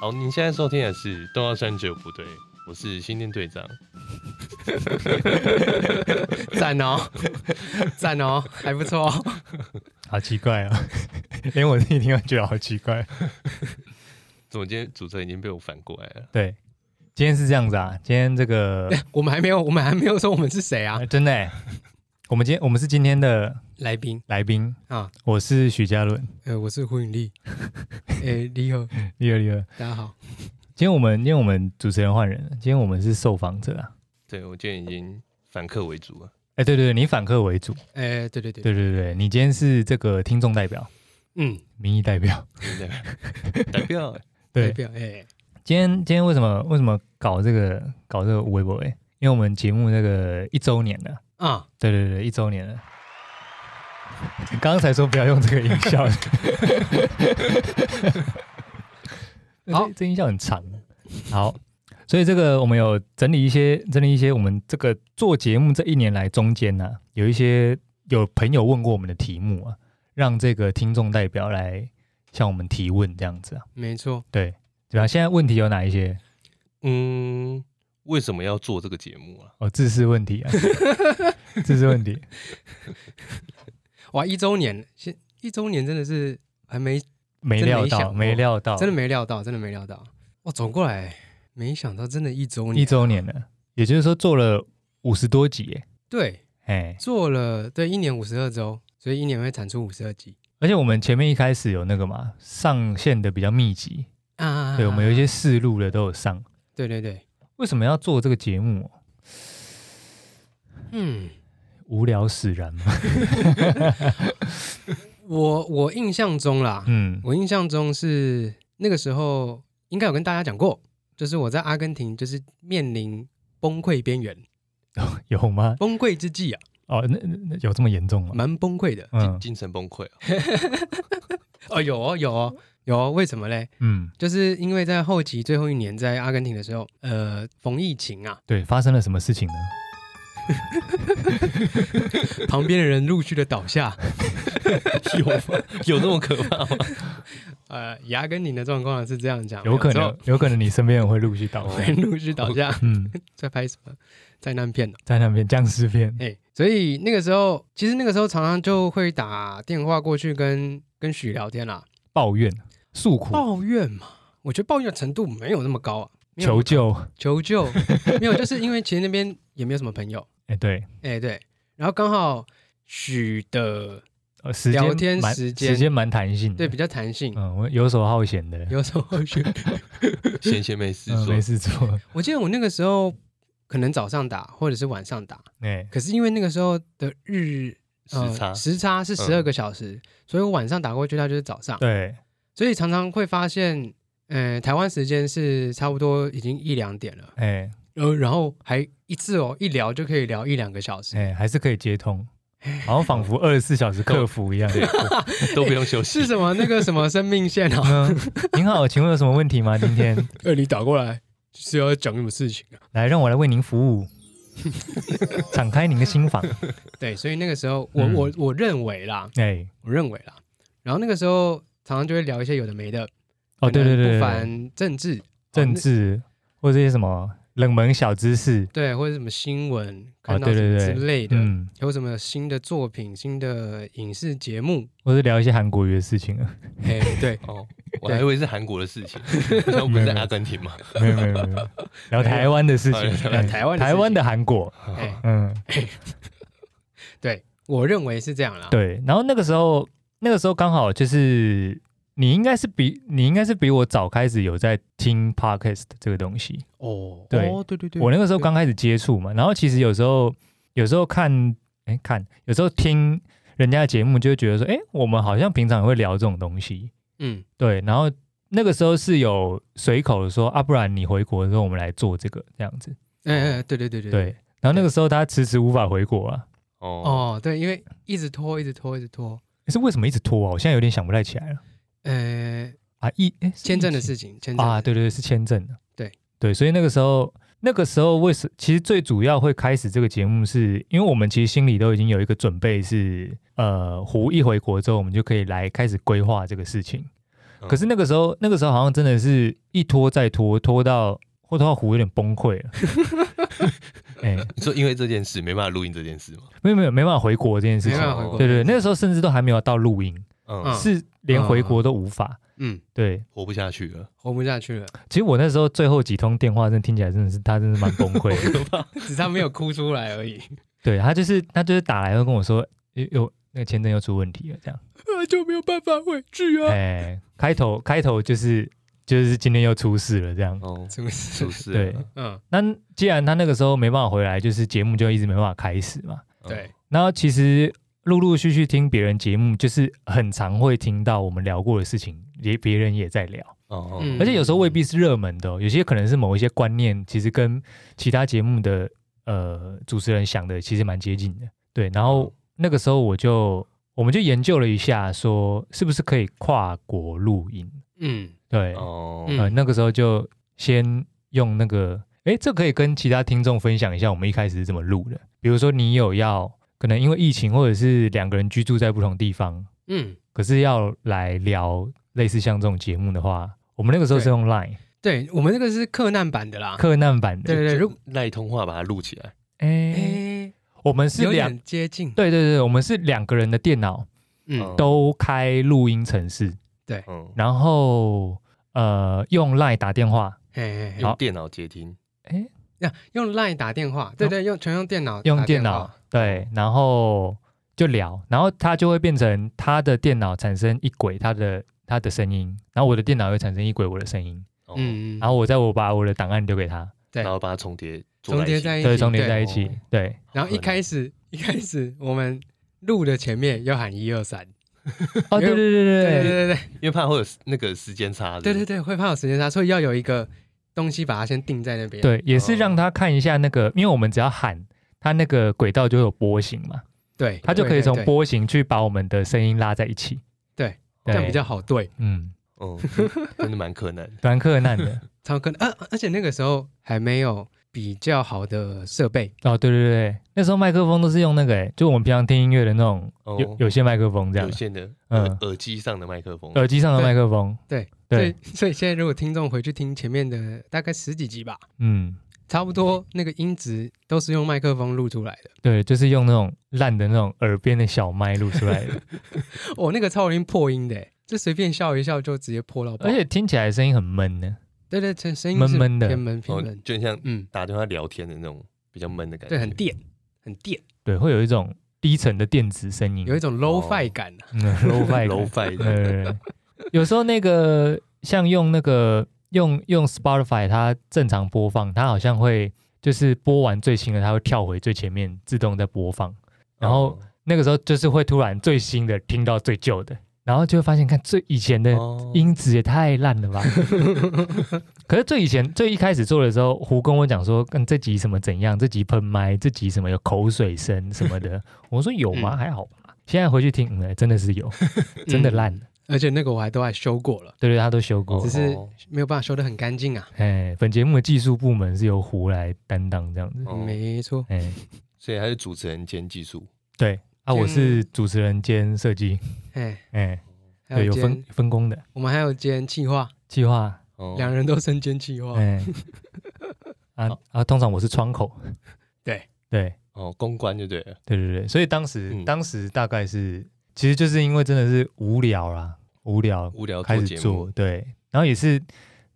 好，您现在收听的是《东幺三九部队》，我是新店队长。赞哦，赞哦，还不错、哦。好奇怪啊、哦， 连我自己听都觉得好奇怪。怎么今天主持人已经被我反过来了？对，今天是这样子啊，今天这个、 我们还没有，我们还没有说我们是谁啊呃？真的欸，我们今天我们是今天的来宾来宾，啊，我是许嘉伦，呃，我是胡允 丽，哎，你好，厉害厉害。大家好。今天我们今天我们主持人换人了，今天我们是受访者啊。对，我今天已经反客为主了。哎，对对对，你反客为主，哎，对对对，对对对，你今天是这个听众代表、嗯，民意代表。代表， 代表，代对，表哎，今天今天为什么为什么搞这个搞这个微博？哎，因为我们节目这个一周年了。啊，对对对，一周年了。刚才说不要用这个音效， 好这这音效很长。好，所以这个我们有整理一些，整理一些我们这个做节目这一年来中间呢、有一些有朋友问过我们的题目啊，让这个听众代表来向我们提问这样子啊，没错，对对吧？现在问题有哪一些？嗯，为什么要做这个节目啊？哦，自私问题 啊，自私问题，哇，一周年，现一周年真的是还没，没真没料想到，过没料到，真的没料到，真的没料到，哇，走过来，没想到真的一周一年，周年了，也就是说做了五十多集耶，对，哎，做了对一年五十二周，所以一年会产出五十二集而且我们前面一开始有那个嘛，上线的比较密集，啊，对我们有一些试录的都有上。对对对，为什么要做这个节目哦？嗯。无聊使然嘛， 我我印象中啦，嗯，我印象中是那个时候应该有跟大家讲过，就是我在阿根廷就是面临崩溃边缘、有吗？崩溃之际啊，哦，那那那有这么严重吗？蛮崩溃的。精嗯精神崩溃啊！哦，有哦，有哦，有哦，为什么嘞？嗯，就是因为在后期最后一年在阿根廷的时候，呃，逢疫情啊，对，发生了什么事情呢？旁边的人陆续的倒下，有吗？ 有那么可怕吗？呃，以阿根廷的状况是这样讲，有可时候能，有可能你身边人会陆 续倒会霉。陆续倒下，嗯，在拍什么灾难片呢、啊在那边僵尸片，哎、所以那个时候，其实那个时候常常就会打电话过去跟跟许聊天啦，抱怨、诉苦、抱怨嘛，我觉得抱怨的程度没有那么高啊，没有求救。求救 没有，就是因为其实那边也没有什么朋友，哎，对，哎、对，然后刚好许的呃时间聊天蛮时时间间蛮弹性的对比。较弹性，嗯，我游手好闲的，有时候许， 闲闲没事嗯做没，事做。我记得我那个时候可能早上打或者是晚上打，哎，可是因为那个时候的日呃时差时差嗯是十二个小时，所以我晚上打过去，它就是早上。对，所以常常会发现，呃，台湾时间是差不多已经一两点了，哎然后呃然后还一次哦，一聊就可以聊一两个小时，哎，还是可以接 通，好像仿佛二十四小时客服一样。 都不用休息是。什么那个什么生命线 啊？嗯，您好，请问有什么问题吗？今天呃，你打过来是要讲什么事情啊？来，让我来为您服务，敞开您的心 房。 对，所以那个时候我、嗯我我认为啦，哎，我认为啦，然后那个时候常常就会聊一些有的没的，哦，对对可能对，不对凡政治、政哦治或者一些什么冷门小知识那，对，或者什么新闻啊，看到对什对么对，之类的，嗯，有什么新的作品、新的影视节 目，或是聊一些韩国语的事情啊。哎，对， 哦，我还以为是韩国的事情，那不是在阿根廷吗？没有没有没有，聊台湾的事没有情，聊哎哦台湾的事情台湾的韩国，哦哎，嗯，我认为是这样啦。对，然后那个时候，那个时候刚好就是你应该是比你应该是比我早开始有在听 podcast 这个东西。哦，对哦，对对对，我那个时候对刚开始接触嘛，然后其实有时候有时候看哎看，有时候听人家的节目，就会觉得说，哎，我们好像平常也会聊这种东西。嗯，对，然后那个时候是有随口地说啊，不然你回国的时候我们来做这个这样子。哎哎，对对对对对，然后那个时候他迟迟无法回国啊，哦，哦，对，因为一直拖，一直拖，一直拖，是为什么一直拖啊？我现在有点想不太起来了呃，啊，一诶是签证的疫情事情，签证啊，，对对对，是签证的。对对，所以那个时候，那个时候为什其实最主要会开始这个节目是，因为我们其实心里都已经有一个准备是，呃，胡一回国之后，我们就可以来开始规划这个事情。嗯可是那个时候，那个时候好像真的是一拖再拖，拖到拖到湖有点崩溃 了。哎、你说因为这件事没办法录音这件事吗？没有没有没办法回国这件事没情办，法回国，对对，那个时候甚至都还没有到录音，嗯，是连回国都无法。嗯，对，活不下去了，活不下去了， 其实我那时候最后几通电话，真的听起来真的是他真的是蛮崩溃的。只是他没有哭出来而已。对他就是他就是打来会跟我说，有有那个签证又出问题了，这样。啊，就没有办法回去啊！哎，开头开头就是就是今天又出事了，这样。哦， 什么事出？事对了，，嗯，那既然他那个时候没办法回来，就是节目就一直没办法开始嘛。嗯对，然后其实陆陆续续听别人节目，就是很常会听到我们聊过的事情，也别人也在聊，哦，嗯而且有时候未必是热门的哦、有些可能是某一些观念，其实跟其他节目的呃主持人想的其实蛮接近的。对，然嗯后那个时候我就我们就研究了一下，说是不是可以跨国录音。嗯，对，哦，嗯呃，那个时候就先用那个，诶，这可以跟其他听众分享一下我们一开始是怎么录的。比如说，你有要可能因为疫情，或者是两个人居住在不同地方，嗯，可是要来聊类似像这种节目的话，我们那个时候是用 Line 对我们这个是克难版的啦。克难版对的，啊对对，就如赖通话把它录起来，诶，哎，我们是有两，点接近，对对哦对，我们是两个人的电脑嗯，都开录音程式，哦嗯，然后呃用 Line 打电话，哎，用电脑接听，诶，呀，用 Line 打电话，对对，用全用电哦脑，用电脑，对，然后就聊，然后它就会变成他的电脑产生一轨，他的他的声音，然后我的电脑会产生一轨我的声音，哦，嗯，然后我再我把我的档案丢给他，对然后把它重叠做在重一叠起在一起，对，重叠哎对在一起哦，对，然后一开始一开始我们录的前面要喊一二三，因哦，为对对对对对对，对对因为怕会有那个时间差，对对对对，会怕有时间差，所以要有一个东西把它先定在那边。，对，也是让他看一下那个，因为我们只要喊。他那个轨道就会有波形嘛，对，他就可以从对对波形去把我们的声音拉在一起。对，这对样比较好对，嗯，嗯，真的蛮困难的，蛮困 难的。超可能。呃而而且那个时候还没有比较好的设备，哦，对对对，那时候麦克风都是用那个、欸，就我们平常听音乐的那种哦有有线麦克风这样有。线的耳嗯耳机上的麦克风，耳机上的麦克风，对所以 对，所以现在如果听众回去听前面的大概十几集吧，嗯，差不多那个音质都是用麦克风录出来的。 对，就是用那种烂的那种耳边的小麦录出来的， 哦，那个超容易破音的欸，这随便笑一笑就直接破到爆。而且听起来声音很闷呢。对对，这声音闷是闷的偏闷偏哦闷，，就很像嗯，打电话聊天的那种比较闷的感觉，对，很电，很电，对，会有一种低沉的电子声音，有一种 low 哦 fi 感啊。嗯 low fi 楼感。费对对对，有时候那个像用那个用用 Spotify，它正常播放，它好像会就是播完最新的，它会跳回最前面，自动在播放。然后那个时候就是会突然最新的听到最旧的，然后就会发现，看最以前的哦音质也太烂了吧！可是最以前最一开始做的时候，胡跟我讲说，跟这集什么怎样，这集喷麦，这集什么有口水声什么的，我说有吗？嗯还好吧。现在回去听，嗯，哎真的是有，真的烂了。而且那个我还都还修过了，对对，他都修过哦只。是哦没有办法修得很干净啊。哎，本节目的技术部门是由胡来担当这样子。哦没错，哎，所以他是主持人兼技术，对啊，我是主持人兼设计，哎，哎，还对，有分兼分工的我们还有兼企划，计划。哦两人都身兼企划。哎，啊啊，通常我是窗口，对对哦，公关就对了，对对对，所以当时、嗯当时大概是，其实就是因为真的是无聊啦，无聊无聊开做始节目，做，对，然后也是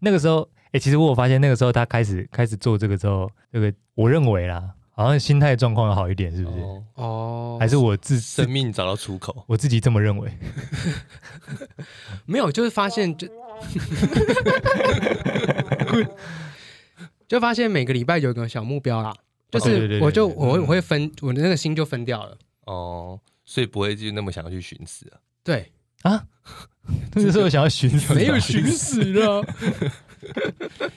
那个时候，哎、其实我有发现那个时候他开始开始做这个之后，这个我认为啦，好像心态状况要好一点，是不是？哦哦，还是我自生自命找到出口，我自己这么认为，没有，就是发现就就发现每个礼拜有一个小目标啦，就哦对对是对我就对我我嗯会分我的那个心就分掉了。哦，所以不会就那么想要去寻死啊，对， 那个时候想要寻死，没有寻死了，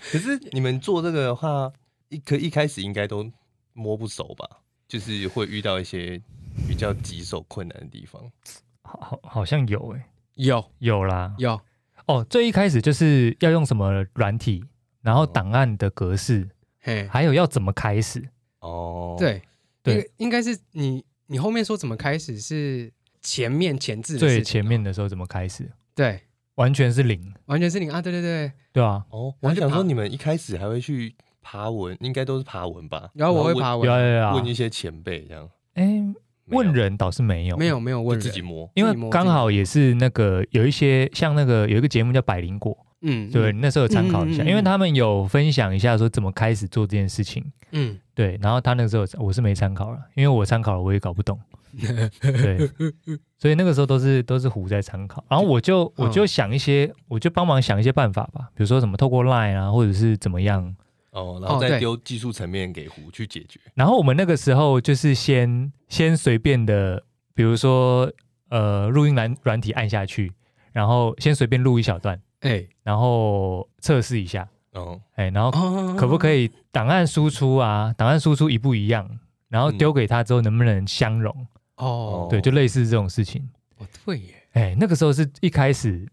可是你们做这个的话，一可一开始应该都摸不熟吧？就是会遇到一些比较棘手困难的地方。好，好好像有哎、有 有啦，有，哦，最一开始就是要用什么软体，然哦后档案的格式，嘿，还有要怎么开始。哦，，对对应该应该是你你后面说怎么开始是前面前置的最事情啊前面的时候怎么开始？对，完全是零，完全是零啊！对对对，对啊，哦，然后我还就想说爬你们一开始还会去爬文，应该都是爬文吧？然后我会问爬有文，有有问啊一，些前辈这样，哎，没有问人倒是没有，没有没有问就自己人摸。因自己为摸刚好也是那个有一些像那个有一个节目叫《百灵果》，嗯，对，嗯那时候有参考一嗯嗯下，嗯嗯因为他们有分享一下说怎么开始做这件事情。嗯，对，然后他那个时候我是没参考了，因为我参考了我也搞不懂。对，所以那个时候都是都是胡在参考，然后我就我就想一些，我就帮忙想一些办法吧，比如说什么透过 Line 啊，或者是怎么样。哦，然后哦再对丢技术层面给胡去解决。然后我们那个时候就是先先随便的，比如说呃录音软软体按下去，然后先随便录一小段，哎，然后测试一下，哦，哎，然后可可不可以档案输出啊？档案输出一不一样？然后丢给他之后能不能相容？哦，对，就类似这种事情。哦对耶，哎，那个时候是一开始，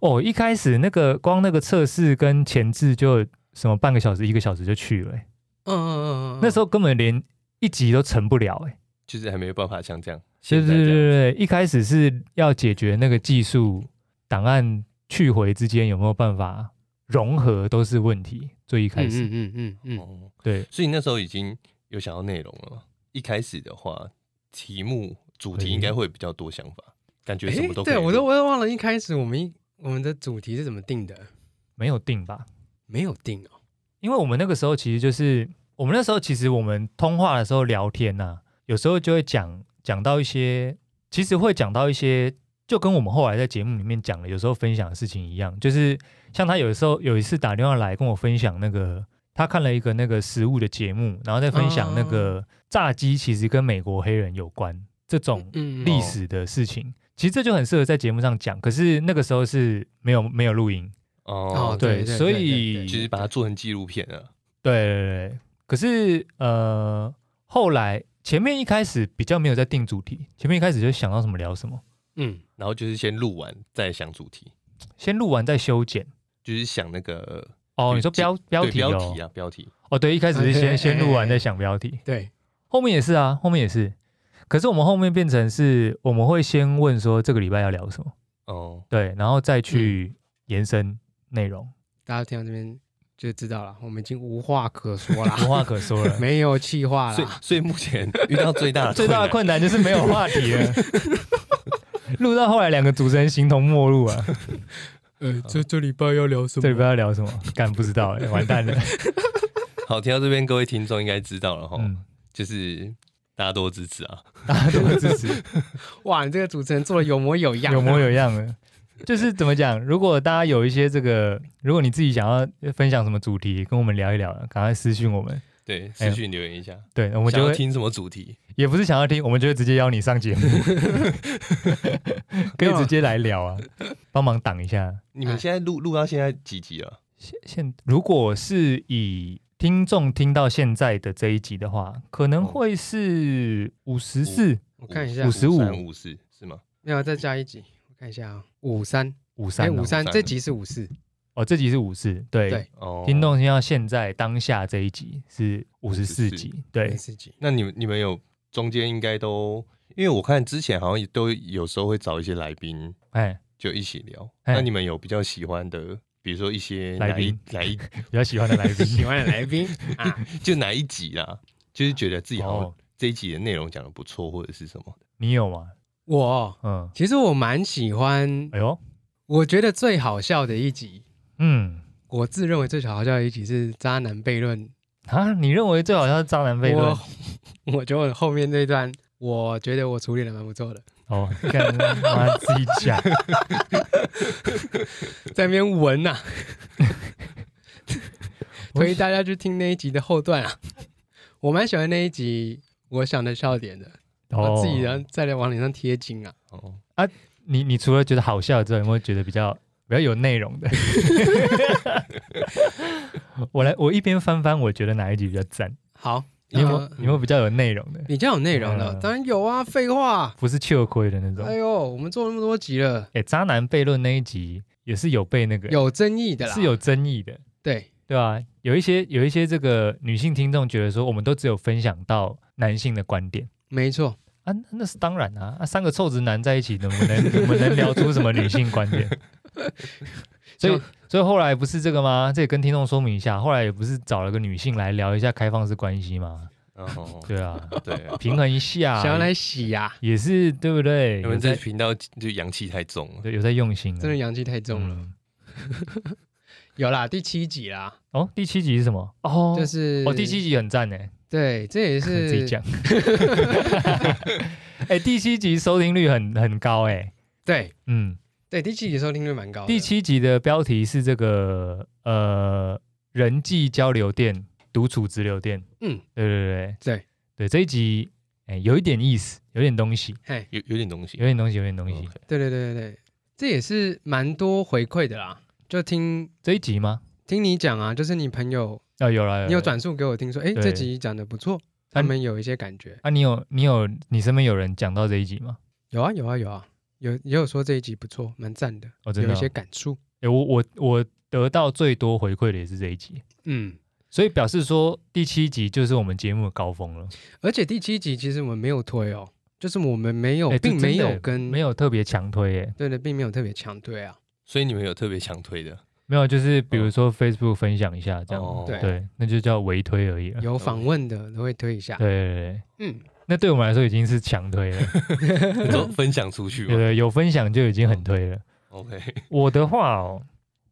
哦，一开始那个光那个测试跟前置就什么半个小时、一个小时就去了、哎嗯嗯嗯嗯，那时候候根本连一集都成不了、哎，就是还没有办法像这样，对现对在对这样对对，一开始是要解决那个技术档案去回之间有没有办法融合都是问题，最一开始，嗯嗯嗯嗯嗯，哦，对，所以那时候已经有想要内容了嘛。一开始的话，题目主题应该会比较多想法，感觉什么都诶可以哎对录。我都我都忘了一开始我们一我们的主题是怎么定的，没有定吧？没有定哦，因为我们那个时候其实就是我们那时候其实我们通话的时候聊天呐、有时候就会讲讲到一些，其实会讲到一些，就跟我们后来在节目里面讲的，有时候分享的事情一样，就是像他有时候有一次打电话来跟我分享那个。他看了一个那个食物的节目，然后再分享那哦个炸鸡其实跟美国黑人有关这种嗯历史的事情，其实这就很适合在节目上讲。可是那个时候是没有没有录音，哦哦，对对所对以对对就是把它做成纪录片啊。对对对，可是呃，后来前面一开始比较没有在定主题，前面一开始就想到什么聊什么，嗯然后就是先录完再想主题，先录完再修剪。就是想那个哦，嗯你说标标对题哦？标题啊，标题。哦，对，一开始哎是哎 哎先先录完哎再想标题，对，后面也是啊，后面也是。可是我们后面变成是，我们会先问说这个礼拜要聊什么，哦，对，然后再嗯去延伸内容，大家听到这边就知道了，我们已经无话可说无啦，。话可说 了没有气话所以啦，所以目前 遇到最大的最大的困难就是没有话题了， 录到后来两个主持人形同陌路啊。呃，这这礼拜要聊什这里不知道聊什么，干不知道、欸，完蛋了。好，听到这边各位听众应该知道了哈，嗯，就是大家多支持啊。大家都会支持，哇，你这个主持人做的有模有样啊，有模有样的。就是怎么讲？如果大家有一些这个，如果你自己想要分享什么主题，跟我们聊一聊，赶快私信我们。对，哎私呦讯留言一下，对，我我们就要会听什么主题？也不是想要听，我们就会直接邀你上节目，可以直接来聊啊，帮忙挡一下。你们哎现在录录到现在几集了？现现如果是以听众听到现在的这一集的话，可能会是五十四、我看一下五55五四是吗？没有再加一集，我看一下啊，五三，五三哎，、五三53这集是五四，哦，这集是五四，对，对哦，听众听到现在当下这一集是五十四集，对，四集，那你们你们有中间应该都，因为我看之前好像也都有时候会找一些来宾哎，就一起聊。哎那你们有比较喜欢的，比如说一些来哪一宾哪一 比较喜欢的来喜宾，欢的来 宾啊，就哪一集啦，就是觉得自己好像哦这一集的内容讲的不错，或者是什么的。你有吗？我嗯，其实我蛮喜欢，哎呦，我觉得最好笑的一集，嗯，我自认为最好笑的一集是渣男悖论。啊，你认为最好像是渣男悖论？我 我觉得我后面那段，我觉得我处理的蛮不错的，哦，干妈自己讲，在那边闻呐、推大家去听那一集的后段啊，我蛮喜欢那一集，我想的笑点的，哦，我自己然后再来往脸上贴金啊。哦，你你除了觉得好笑之外，有没有觉得比较比较有内容的？ 我来，我一边翻翻，我觉得哪一集比较赞？好，你有没有呃你有没有比较有内容的？比较有内容的，嗯当然有啊，废话。不是秋亏的那种。哎呦，我们做那么多集了，哎，渣男悖论那一集也是有被那个有争议的啦，是有争议的。对，对啊，有一些有一些这个女性听众觉得说，我们都只有分享到男性的观点没错，啊，那那是当然啊，啊三个臭直男在一起能不能我们能聊出什么女性观点？ 所以，所以后来不是这个吗？这也跟听众说明一下，后来也不是找了个女性来聊一下开放式关系吗？哦， 对啊，对啊，平衡一 下，想要来洗呀、也是对不对？你有们这在频道就阳气太重了。对有在用心啊，真的阳气太重了。嗯有啦，第七集啦，哦，第七集是什么？哦，就是哦，第七集很赞呢，对，这也自己是讲。 哎，第七集收听率很很高哎，对嗯，对，第七集收听率蛮高的。第七集的标题是这个呃人际交流店、独处直流店。嗯，对对对对对，这一集哎有一点意思，有点东西，嘿，有有点东西有，点东西，有点东西。 OK 对对对对对，这也是蛮多回馈的啦。就听这一集吗？听你讲啊，就是你朋友，啊、有了，你有了转述给我听说，哎，对这集讲的不错，他们有一些感觉。啊？你有你有你身边有人讲到这一集吗？有啊有啊有啊，有也有说这一集不错，蛮赞的，哦，真有的、一哦些感触。哎我我我得到最多回馈的也是这一集，嗯，所以表示说第七集就是我们节目的高峰了。而且第七集其实我们没有推哦，就是我们没有，哎这哦并没真的有跟没有特别强推，哎，对对，并没有特别强推啊。所以你们有特别强推的没有，就是比哦如说 Facebook 分享一下这样，哦对对，那就叫微推而已了。有访问的都会推一下嗯哦对。对对，嗯，那对我们来说已经是强推 了，你说分享出去 对吗对，有分享就已经很 推了。 ？OK，我的话哦，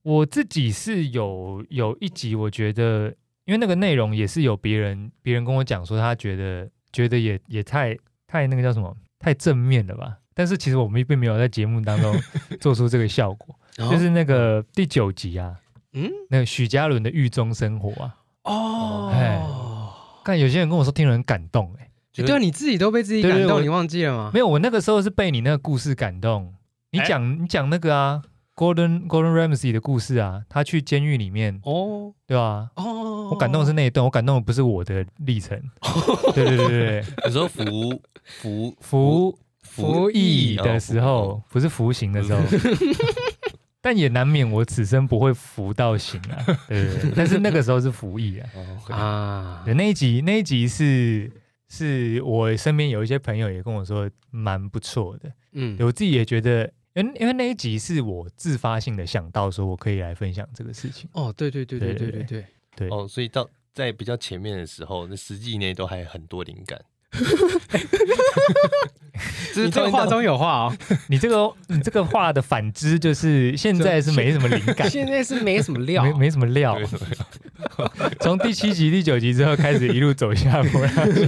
我自己是有有一集，我觉得因为那个内容也是有别人别人跟我讲说，他觉得觉得也也太太那个叫什么太正面了吧。但是其实我们并没有在节目当中 做出这个效果，然后就是那个第九集啊，哦嗯那个许嘉伦的狱中生活啊，哦，看有些人跟我说听了很感动、欸，哎对啊，你自己都被自己对对感我动，你忘记了吗？没有，我那个时候是被你那个故事感动。你哎讲、你讲那个啊，Gordon Gordon Ramsay 的故事啊，他去监狱里面，哦对啊，哦，我感动的是那一段，我感动的不是我的历程。对对对对，对你说服服服服服役哦的时候，不是服刑的时候，但也难免我此生不会服到刑啊。对对对，但是那个时候是服役啊。哦，OK 啊对，，那一集那一集是是我身边有一些朋友也跟我说蛮不错的，嗯对我自己也觉得，因为因为那一集是我自发性的想到说我可以来分享这个事情。哦，对对对对对对对对对，对，哦，所以到在比较前面的时候，那十季以内都还很多灵感。这你这个话中有话 哦。你这个你这个话的反之就是现在是没什么灵 感，现在是没什么料没没什么料对。从第七集、第九集之后开始一路走下坡。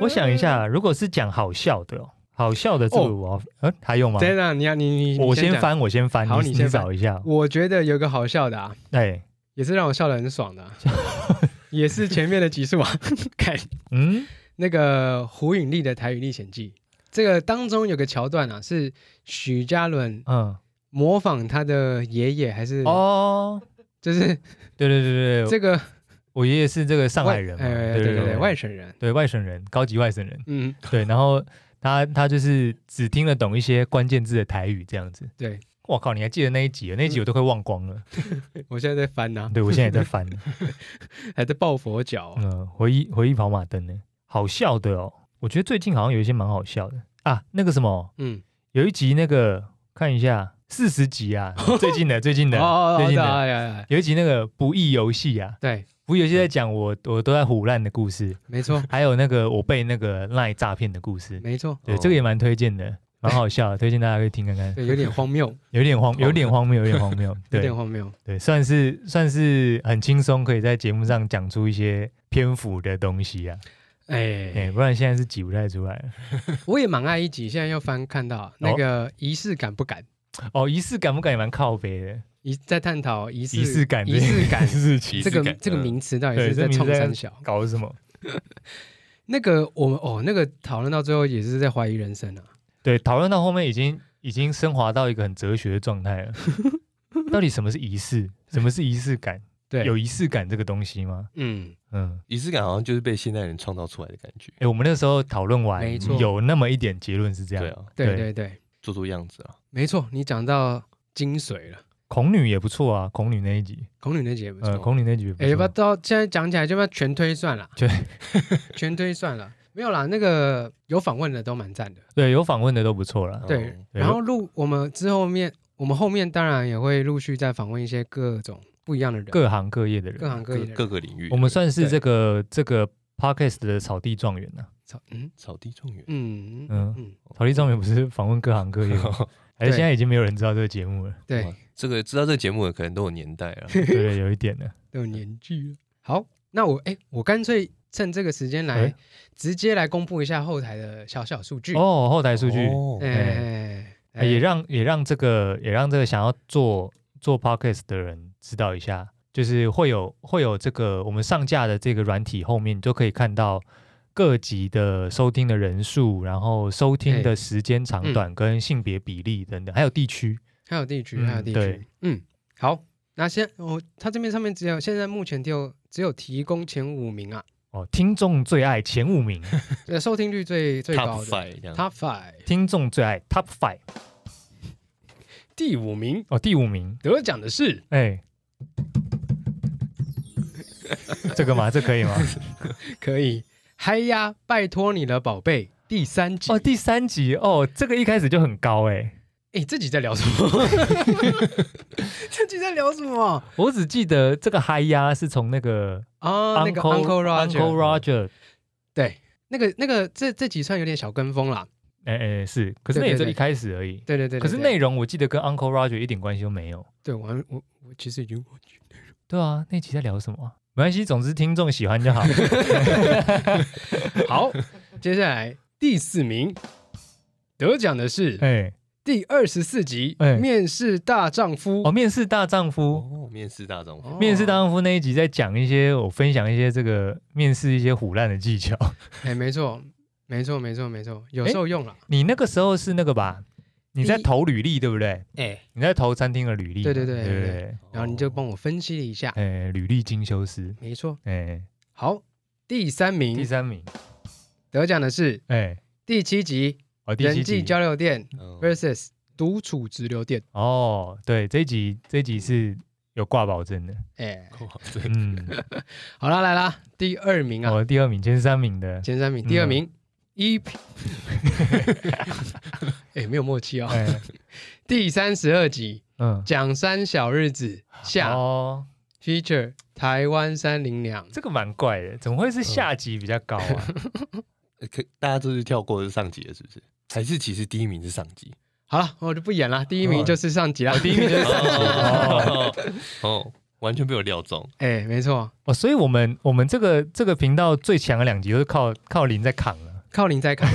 我想一下，如果是讲好笑的、哦，好笑的这个哦我要、呃还有吗？真的，啊你要你你我先讲。翻，我先翻，好你你先翻找一下。我觉得有个好笑的啊，哎，也是让我笑得很爽 的啊，也是前面的集数啊， 看嗯，那个胡允丽的《台语历险记》。这个当中有个桥段啊，是许嘉伦嗯，模仿他的爷爷，还是哦，就是对对对对，这个我爷爷是这个上海人嘛，哎，对对对对对，外省人，对外省人，高级外省人，嗯，对，然后他他就是只听得懂一些关键字的台语这样子。对我靠，你还记得那一集？那一集我都快忘光了。我现在在翻呐，对，我现在也在翻。还在抱佛脚哦，嗯，回忆回忆跑马灯呢，好笑的哦。我觉得最近好像有一些蛮好笑的啊。那个什么，嗯，有一集那个看一下四十集啊，最近的最近哦的哦最哦，对近的哎呀呀，有一集那个不义游戏啊，对，不义游戏在讲我我都在胡乱的故事，没错还有那个我被那个赖诈骗的故事，没错，对，哦这个也蛮推荐的，蛮好 笑的，推荐大家可以听看看，对，有点荒谬，有点荒有点荒谬，有点荒 谬，有对点荒谬，对，算是算是很轻松，可以在节目上讲出一些篇幅的东西啊。哎、哎，不然现在是挤不太出来了。我也蛮爱一集，现在又翻看到那个仪式感不敢，哦，仪式感不敢也蛮靠北 的，仪在探讨仪式仪式感这仪式感事情仪这式个感这嗯个名词到底对是这在名冲字在三小？呃搞什么？那个我们哦，那个讨论到最后也是在怀疑人生啊，对，讨论到后面已经已经升华到一个很哲学的状态了。到底什么是仪式？什么是仪式感？对，有仪式感这个东西吗？嗯，嗯，仪式感好像就是被现代人创造出来的感觉哎、。我们那时候讨论完没错，有那么一点结论是这样。对啊，对对对对，做做样子啊。没错，你讲到精髓了，孔女也不错啊，孔女那一集，呃孔女那集也不错呃，。孔女那集也不哎，要不要错。 到现在讲起来，就要不要全推算了？全全推算了。没有啦，那个有访问的都蛮赞的。对，有访问的都不错了。对哦，然后录我们之后面，我们后面当然也会陆续再访问一些各种不一样的人，各行各业的各人，行各各业的人。各个领域，我们算是对这个这个 podcast 的草地状元呢、操嗯草地状元，嗯嗯嗯嗯，草地状元不是 访问各行 各业吗？还对是现在已经没有人知道这个节目了？对哇，这个知道这个节目的可能都有年代啊 了。对，有一点呢。都有年纪了。好，那我哎，我干脆趁这个时间来哎直接来公布一下后台的小小 数据。哦，后台数据、哦哎，哎，也让也让这个也让这个想要做做 podcast 的人知道一下，就是会有会有这个我们上架的这个软体后面，你就可以看到各集的收听的人数，然后收听的时间长短跟性别比例等等，还有地区。还有地区，嗯还有地对区。嗯，好，那现我他这边上面只有现在目前只有只有提供前五名啊，哦，听众最爱前五名，对，收听率最最，Top 高的 Five 这样， Top Five，听众最爱 Top Five 第五名哦，第五名，得奖的是哎，这个吗？这可以吗？可以嗨呀，拜托你了，宝贝。第三集，哦，哎、第三集哦，这个一开始就很高哎、这集在聊什么？ 这集在聊什么我只记得这个嗨呀是从那个啊？那个 Uncle Uncle Roger， Roger，对，那个那个这这集算有点小跟风啦。哎哎是，可是那对对也就对一开始而已。对对对对可是对内容我记得跟 Uncle Roger 一点关系都没有。对我还我我其实已 经忘记了对啊，那集在聊什么啊？没关系，总之听众喜 欢就好。好，接下来第四名得奖的是哎，第二十四集哎《面试大丈夫哦，》面试大丈夫，哦，面试大众，哦面试大丈夫那一集在讲一些我分享一些这个面试一些虎烂的技巧。 哎，没错，没错，没错，没错，有哎时候用了。你那个时候是那个吧？你在第一投履历对不对？哎，你在投餐厅的履历嘛。对对对对不对对。然后你就哦帮我分析了一下，哎，履历精修师。没错。哎，好，第三第名三名。得奖的是哎，第七集哦，第人七集际交流店哦 versus 独处直流店。哦，对，这一集这一集是有挂保 证的。哎，哇这嗯，好啦，来啦，第二名啊，我第二名，前三名的。前三名，嗯第二名。一， 哎，没有默契哦。哎，第三十二集嗯，《蒋山小日子》 下哦， feature 台湾三零两，这个蛮怪的，怎么会嗯是下集比较高 啊？呃可大家都是跳过是上集了，是不是？还是其实第一名是上集？好了，我就不演了。第一名就是上集啦。哦第一 名就是上集。哦哦， 哦完全被我料中，哎，没错，哦，所以我们我们这个这个频道最强的两集都是靠靠林在扛啊了。靠林在看，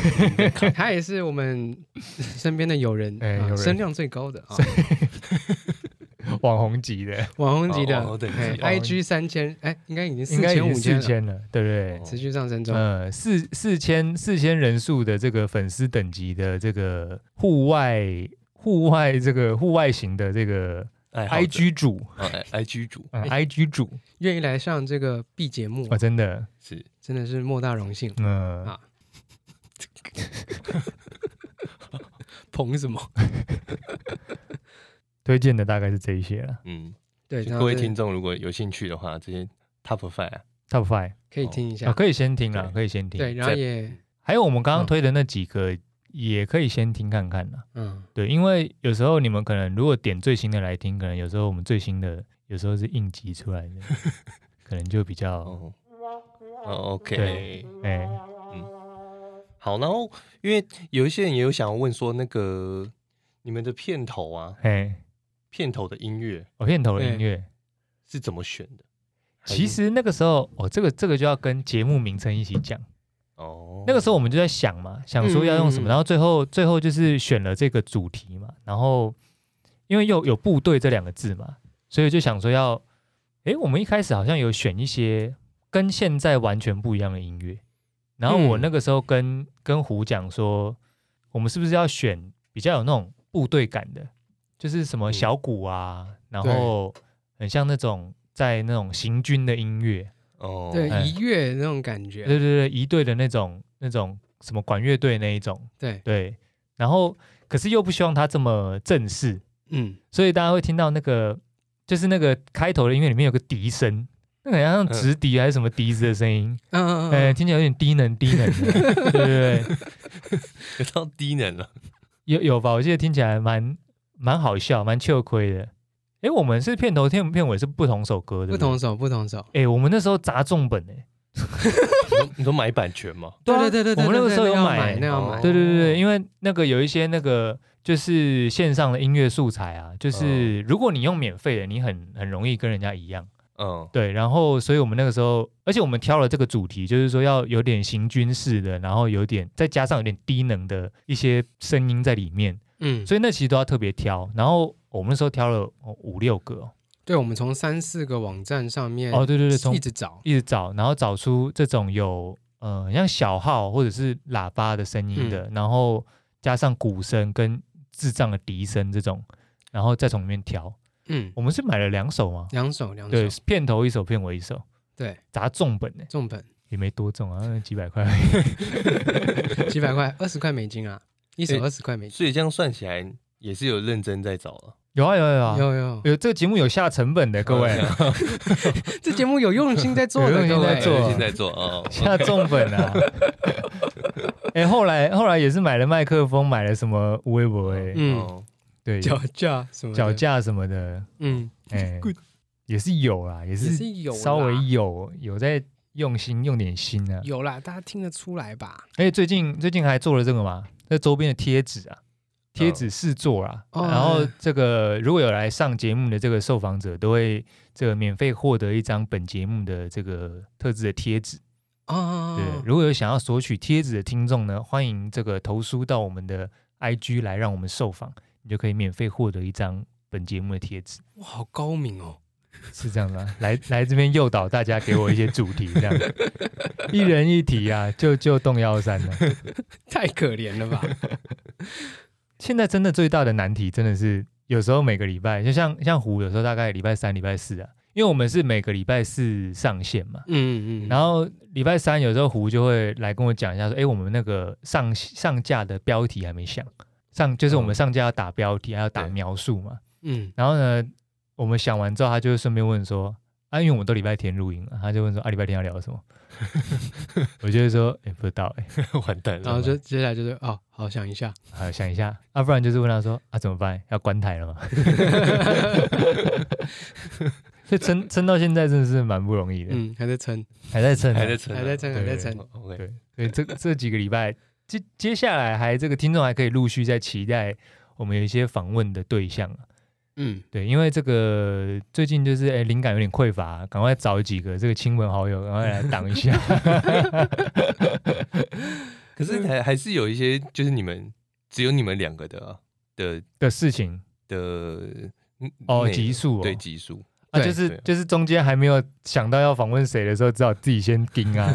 他也是我们身边的友人，哎友啊人声量最高的啊，网红级的，网红级的哦网红等级哎网红，IG 三千，哎，应该已经四应该已千五经千啊哦四了，千了，对不对？持续上升中。呃，四四千四千人数的这个粉丝等级的这个户外户外这个户外型的这个爱好者 IG 主，哦哎 IG 主嗯，IG 主愿意来上这个 B 节目啊、，真的，是真的是莫大荣幸。嗯、啊捧什么？推荐的大概是这一些了嗯，对，各位这样听众如果有兴趣的话，这些 Top Five 啊，Top Five 可以听一啊，下。可以先听啦，对可以先听。对，，然后在也还有我们刚嗯刚推的那几个、也可以先听看看啦。嗯，对，因为有时候你们可能如果点最新的来听，可能有时候我们最新的有时候是应急出来的， 可能就比较、哦哦 OK 对。哎、好，然后因为有一些人也有想要问说，那个你们的片头啊，哎，片头的音乐我、哦片头的音对乐。是怎么选的？还其是实那个时候，哦，这个这个就要跟节目名称一起讲。哦，那个时候我们就在想嘛，想说要用什么，嗯然后最后最后就是选了这个主题嘛，然后因为又有部队这两个字嘛，所以就想说要，诶，我们一开始好像有选一些跟现在完全不一样的音乐，然后我嗯那个时候跟、跟胡讲说，我们是不是要选比较有那种部队感的，就是什么嗯小鼓啊，然后很像那种在那种行军的音乐，哦，对哎一跃那种感觉，对对对，一队的那种那种什么管乐队那一种，对，对。然后可是又不希望它这么正式，嗯，所以大家会听到那个就是那个开头的音乐里面有个笛声，那个好像直笛还是什么笛子的声音，嗯嗯嗯哎、嗯听起来有点低能低 能的，对不对？ 有到低能了。有有吧？我记得听起来蛮蛮好笑，蛮糗亏的。哎，我们是片头片片尾是不同首歌嗯，的，不同。手不同手，哎，我们那时候砸重本哎，你说你说买版权吗？对啊对对对对，我们那个对时候对有要买买，那要哦买，对对对哦对，因为那个有一些那个就是线上的音乐素材啊，就是如果你用免费的，你很很容易跟人家一样。嗯，对，然后所以我们那个时候，而且我们挑了这个主题，就是说要有点行军式的，然后有点再加上有点低能的一些声音在里面，嗯，所以那其实都要特别挑。然后我们那时候挑了哦五六个哦，对，我们从三四个网站上面哦对对对，从一直找，一直找，然后找出这种有呃很像小号或者是喇叭的声音嗯的，然后加上鼓声跟智障的笛声这种，然后再从里面挑。嗯，我们是买了两首吗？两首两对首，，片头一首，片尾一首，对，砸重本呢、欸重本 也没多重啊，几百块。几百块，二十块美金啊，一首诶二十块美金，所以这样算起来也是有认真在找了。有啊有啊有啊，有有，有这个节目有下成本的，各 位这节目有用心在做 有的，用心各位在做 啊现在做哦， 下重本啊。哎、后来后来也是买了麦克风，买了什么微博哎，嗯，嗯， 对，脚架什么的脚，架什么的，嗯，哎、也是有啦，也也是是有啦稍微有有在用心用点心啊。有啦，大家听得出来吧？而且最近最近还做了这个嘛，这周边的贴纸啊，贴纸试做啊。哦然后这个如果有来上节目的这个受访者，都会这个免费获得一张本节目的这个特制的贴纸。哦，对，如果有想要索取贴纸的听众呢，欢迎这个投书到我们的 IG 来让我们受访，你就可以免费获得一张本节目的贴纸。哇，好高明哦，是这样吗？来 来这边诱导大家给我一些主题，这样一人一题啊，就就动幺三了。 太可怜了吧？现在真的最大的难题真的是，有时候每个礼拜，就像像胡，有时候大概礼拜三、礼拜四啊，因为我们是每个礼拜四上线嘛， 嗯嗯，然后后礼拜三有时候胡就会来跟我讲一下说，哎，我们那个上上架的标题还没想，上就是我们嗯上架要打标题，还要打对描述嘛，嗯，然后呢，我们想完之后，他就会顺便问说：“啊，因为我们都礼拜天录音啊，他就问说啊，礼拜天要聊什么？” 我就会说：“哎、不知道哎、 完蛋然了，后就接下来就是哦，好想一下，啊，想一下啊，不然就是问他说啊，怎么办？要关台了吗？” 所以撑撑到现在真的是蛮不容易的，嗯，还在撑，还在撑啊、还在撑啊，还在撑，还在撑，哦，OK。对对，这这几个礼拜接接下来还这个听众还可以陆续在期待我们有一些访问的对象啊嗯，对，因为这个最近就是哎灵感有点匮乏，赶快找几个这个亲朋好友，赶快来挡一下。可是嗯还还是有一些，就是你们只有你们两个的啊的的事情的嗯哦，内容集数哦，对集数，啊，对就是对就是中间还没有想到要访问谁的时候，只好自己先盯啊。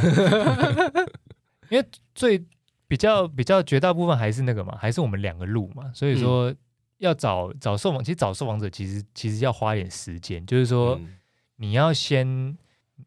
因为最比较比较绝大部分还是那个嘛，还是我们两个录嘛，所以说要找找受访，其实找受访者其实其实要花一点时间，就是说嗯你要先，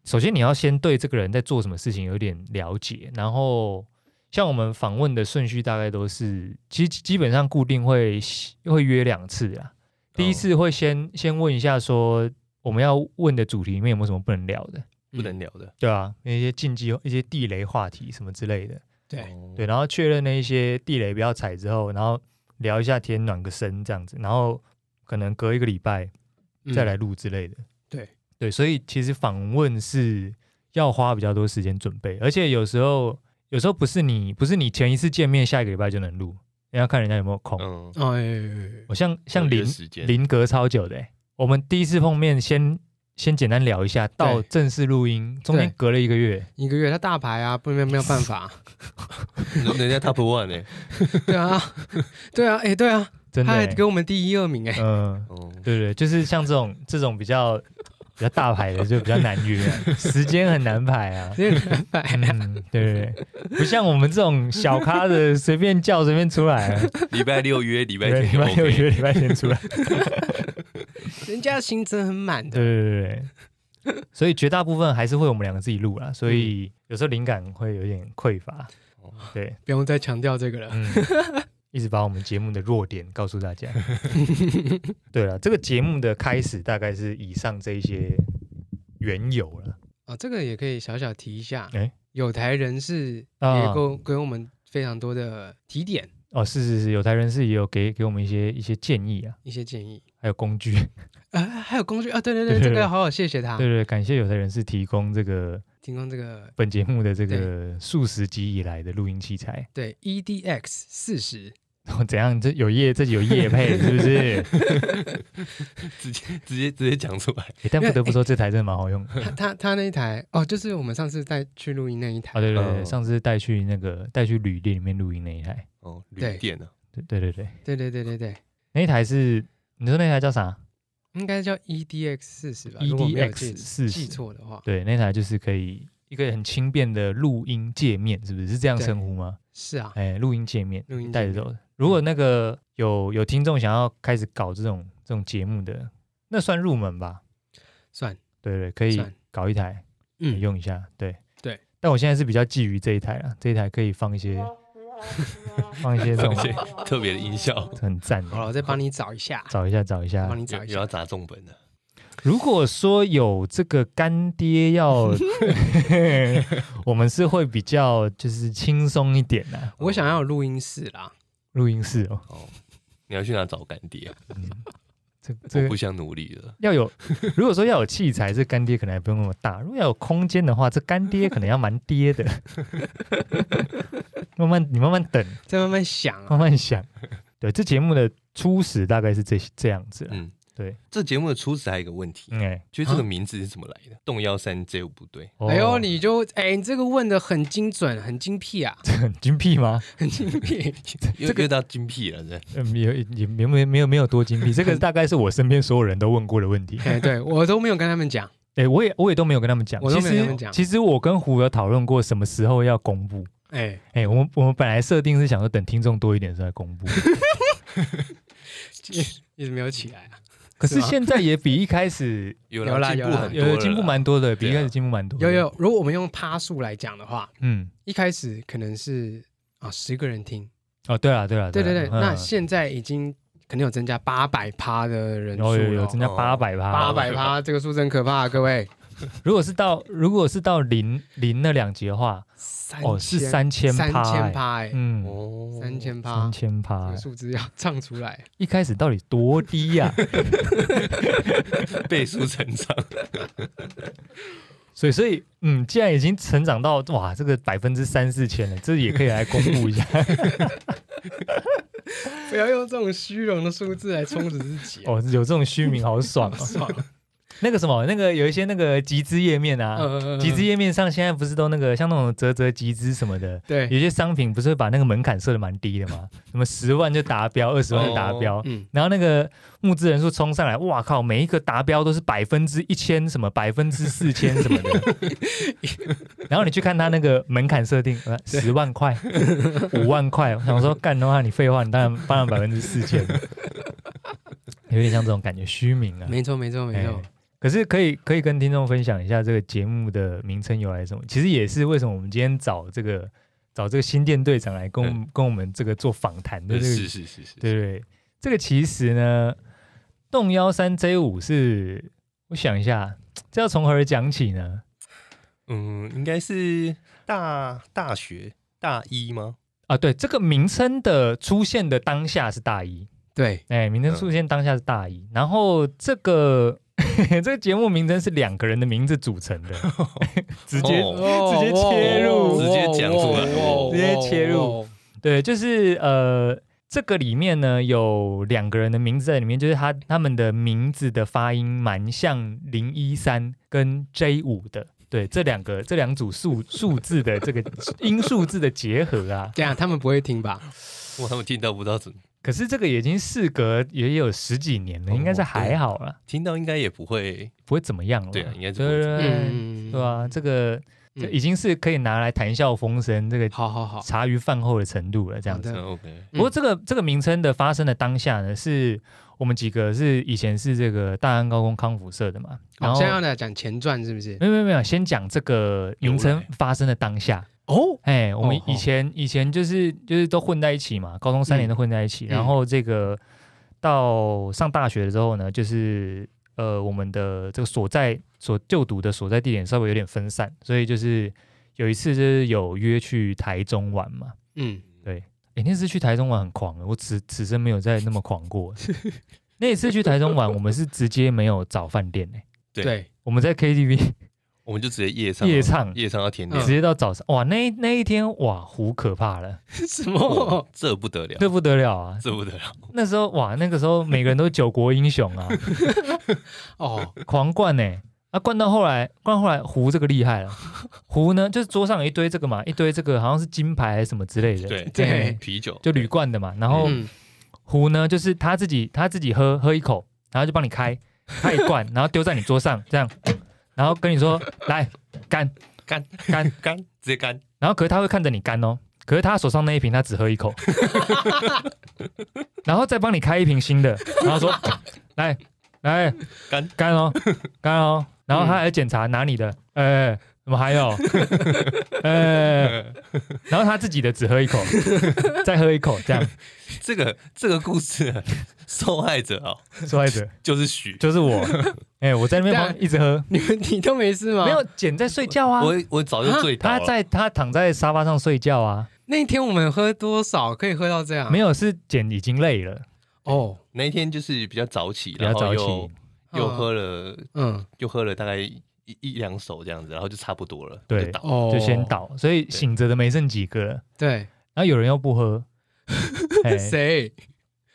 首先你要先对这个人在做什么事情有点了解，然后像我们访问的顺序大概都是，其实基本上固定会会约两次啊。第一哦次会先先问一下说我们要问的主题里面有没有什么不能聊的，不能聊的，对啊，嗯那些禁忌、一些地雷话题什么之类的，对，哦对，，然后确认那一些地雷不要踩之后，然后聊一下天，暖个身这样子，然后可能隔一个礼拜嗯再来，录之类的。对对，所以其实访问是要花比较多时间准备，而且有时候有时候不是你不是你前一次见面下一个礼拜就能录，你要看人家有没有空。嗯，哎，我像像有约林时间林隔超久的欸、我们第一次碰面先先简单聊一下，到对正式录音中间对隔了一个月，一个月他大牌啊，不没有没有办法， 人人家 Top One 哎，对啊，对啊，哎，对啊，真的他还欸、给我们第一二名哎，嗯，嗯，对对，就是像这种这种比较比较大牌的就比较难约啊、时间很难排啊。真的很白 嗯，对对对，不像我们这种小咖的，随便叫随便出来啊、礼拜六约， 礼拜 对天礼拜六 OK 约礼拜天 出来。人家行程很满的，对对对对对，所以绝大部分还是会我们两个自己录啦，所嗯以有时候灵感会有点匮乏。哦对，不用再强调这个了。嗯，一直把我们节目的弱点告诉 大家。对了，这个节目的开始大概是以上这一些缘由了。哦，这个也可以小小提一下。哎有台人士也啊给给我们非常多的提点，哦，是是是，有台人士也有给给我们一些一些建议啊，一些建议。还有工具。啊，还有工具啊，对对对，对这个对要好好谢谢他对，对，感谢有台人士提供这个提供这个本节目的这个数十集以来的录音器材。 哦对 EDX 四十，怎样？这有业，这有 业配是不是？直接直接直接讲出来，诶但不得不说，这台真的蛮好用的。他他他那一台哦，就是我们上次带去录音那一台啊，，对对对，哦上次带去那个带去旅店里面录音那一台，哦，对旅店啊，对对对对，对对对对对，那一台是你说那台叫啥？应该叫 EDX 四十吧如果没有记 EDX40 记错的话，对，那台就是可以一个很轻便的录音界面，是不是？是这样对称呼吗？是啊，哎，录音界面，录音带着界面走的。如果那个有有听众想要开始搞这种这种节目的，那算入门吧？算对对，可以算搞一台，嗯，用一下，对对。但我现在是比较觊觎这一台啊，这一台可以放一些放一些这放种一些特别的音 效，很赞嗯的。好了，我再帮你找一下，找一下找一下帮。你有找一有要下，砸重本的，如果说有这个干爹要， 我们是会比较就是轻松一点的、我想要有录音室啦，录音室哦，哦，你要去哪找干爹啊？嗯，这这我个不想努力了，要有，如果说要有器材，这干爹可能还不用那么大；如果要有空间的话，这干爹可能要蛮爹的。慢慢，你慢慢等，再慢慢想啊，慢慢想。对，这节目的初始大概是这这样子啦。嗯，对。这节目的初始还有一个问题，嗯，哎、就是这个名字是怎么来的？动幺三 J 五部 队，哦哎呦，你就哎，你这个问的很精准，很精辟啊，很精辟吗？很精辟，又又到精辟了，对，呃，没有，也没有没有没有没有多精辟，这个大概是我身边所有人都问过的问题。哎，对我都没有跟他们讲，哎、我也我也都没有跟他们讲，我都其没有跟他实们讲其实我跟胡有讨论过什么时候要公布。哎，哎、我们我们本来设定是想说等听众多一点的时候再 公布，一直没有起来啊，可是是吗现在也比一 开始有有啦，啦进有步啦很多了有啦，进步蛮多的，比一对啊开始进步蛮多。有，有，如果我们用趴数来讲的话，嗯，一开始可能是啊十个人听，哦，对了对了，对对对，啦那嗯现在已经肯定有增加八百趴的人数然后有了有哦，增加哦八百趴八，百趴这个数字很可怕、各位。如果是到如果是到零零那两集的话，三哦是三三千三趴，千哎，趴哎，嗯，哦，三千趴三，千这趴个，数字要唱出来。一开始到底多低 呀？倍速成长，所以，所以，嗯，既然已经成长到哇，这个百分之三四千了，这也可以来公布一 下不要用这种虚荣的数字来充实自己、哦。有这种虚名，好爽哦！爽！那个什么，那个有一些那个集资页面啊，呃，集资页面上现在不是都那个像那种折折集资什么的，对，有些商品不是会把那个门槛设的蛮低的嘛，什么十万就达标，二十万就达标。嗯，然后那个募资人数冲上来，哇靠！每一个达标都是百分之一千什么，百分之四千什 么的。然后你去看他那个门槛设定，呃 十万块、五万块，我想说干的话你废话，你当然当然百分之四千，有点像这种感觉虚名啊。没错没错没错哎。可是可以可以跟听众分享一下这个节目的名称由来是什么？其实也是为什么我们今天找这个找这个新店队长来跟我嗯们、跟我们这个做访谈的这个是是是是，对对，这个其实呢，动幺三 J 五是，我想一下，这要从何而讲起呢？嗯，应该是大大学大一吗？啊，对，这个名称的出现的当下是大一，对，哎，名称出现当下是大一，然后这个 这个节目名称是两个人的名字组成的， 直接、哦直接切入直接讲出来直接切入。对，就是呃。这个里面呢有两个人的名字在里面，就是他他们的名字的发音蛮像零一三跟 J 五的，对，这两个这两组数数字的这个音数字的结合啊。这样他们不会听吧？哇，他们听到不知道怎么，可是这个已经事隔也有十几年了，应该是还好啦，听到应该也不会，不会怎么样了。哦对啊应该是不会对怎对对嗯，对啊，这个这嗯已经是可以拿来谈笑风生，这个好好好，茶余饭后的程度了，这样子。嗯对 OK，嗯不过这个这个名称的发生的当下呢，是我们几个是以前是这个大安高工康复社的嘛，然好，哦后现在要来讲前传是不是？没有没有没有，先讲这个名由称来发生的当下。哦，哎，我们哦以前以前就是就是都混在一起嘛，高中三年都混在一起，嗯然后这个到上大学之后呢，就是呃我们的这个所在所就读的所在地点稍微有点分散，所以就是有一次就是有约去台中玩嘛，嗯，诶，那次去台中玩很狂，欸我此此生没有再那么狂过。那一次去台中玩，我们是直接没有找饭店诶，对 对，我们在 KTV 我们就直接夜唱，啊夜唱，夜唱到天嗯亮直，接到早上。哇，那那一天哇，胡可怕了，什哇么？这不得了，这不得了啊！这不得了，那时候哇，那个时候每个人都九国英雄啊，哦，狂灌呢、啊，灌到后来，灌到后来胡这个厉害了，胡呢就是桌上有一堆这个嘛，一堆这个好像是金牌还是什么之类的，对对啤酒就铝罐的嘛，然后。嗯，壶呢，就是他自己他自己喝喝一口，然后就帮你开开一罐，然后丢在你桌上这样，然后跟你说来干，干干干，直接干，然后可是他会看着你干哦，可是他手上那一瓶他只喝一口， 然后再帮你开一瓶新的，然后说来来干干哦干哦，然后他还检查拿你的，哎、怎么还有？呃、然后他自己的只喝一口，再喝一口，这样这个这个故事啊， 受害者哦，受害者就是许。就是我，哎、我在那边帮一直喝，你们你都没事吗？没有，简在睡觉啊。我我早就醉倒他了，在他躺在沙发上睡觉啊，那天我们喝多少可以喝到这啊样？没有是简已经累了，哦，那一天就是比较早起，比较然后早起，又又喝了嗯，又喝了大概一一两手这样子，然后就差不多了，对就倒了。哦，就先，倒，所以醒着的没剩几个了。对，然后有人又 不喝，哎，谁？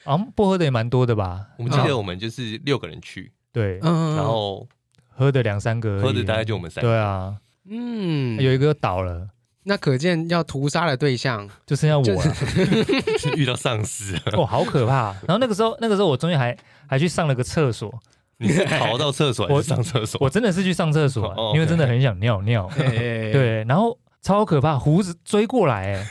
好像不喝的也蛮多的吧？我们记嗯得我们就是六个人去，对，嗯，然后喝的两三个而已，喝的大概就我们三个。对啊，嗯，有一个又倒了，那可见要屠杀的对象，就剩下我就了，遇到丧尸了，哦，好可怕。然后那个时候，那个时候我中间还还去上了个厕所，你是逃到厕所还我是上厕所？我真的是去上厕所啊哦，因为 OK 真的很想尿尿。对，对，然后超可怕，胡子追过来、欸，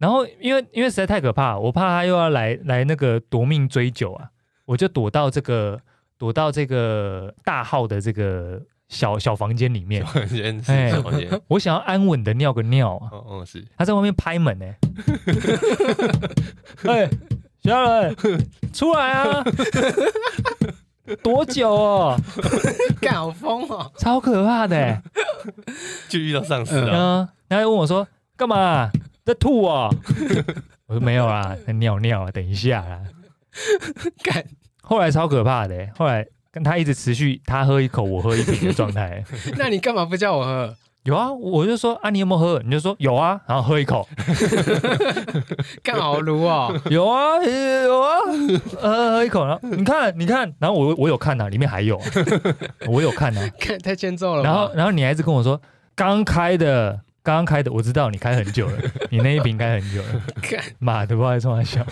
然后因为因为实在太可怕，我怕他又要来来那个夺命追究啊，我就躲到这个躲到这个大号的这个小小房间里面，人哎是小房间，哦我想要安稳的尿个尿啊，哦是，他在外面拍门呢、欸，哎、小人出来啊，多久哦， 干好疯哦，超可怕的、欸。就遇到丧尸了。嗯，然后问我说干嘛在吐啊、 我说没有啦，在尿尿啊，等一下啦。干后来超可怕的欸、后来跟他一直持续他喝一口我喝一瓶的状态。 那你干嘛不叫我喝？有啊，我就说啊，你有没有喝？你就说有啊，然后喝一口，干好撸 哦，有啊，呃有啊，呃，喝一口，然后你看，你看，然后我我有看啊呐、里面还 有，我有看呐、啊干太欠揍了吧。然后然后你还一直跟我说刚开的，刚开的，我知道你开很久了，你那一瓶开很久了。干，妈的，不好意思，开笑。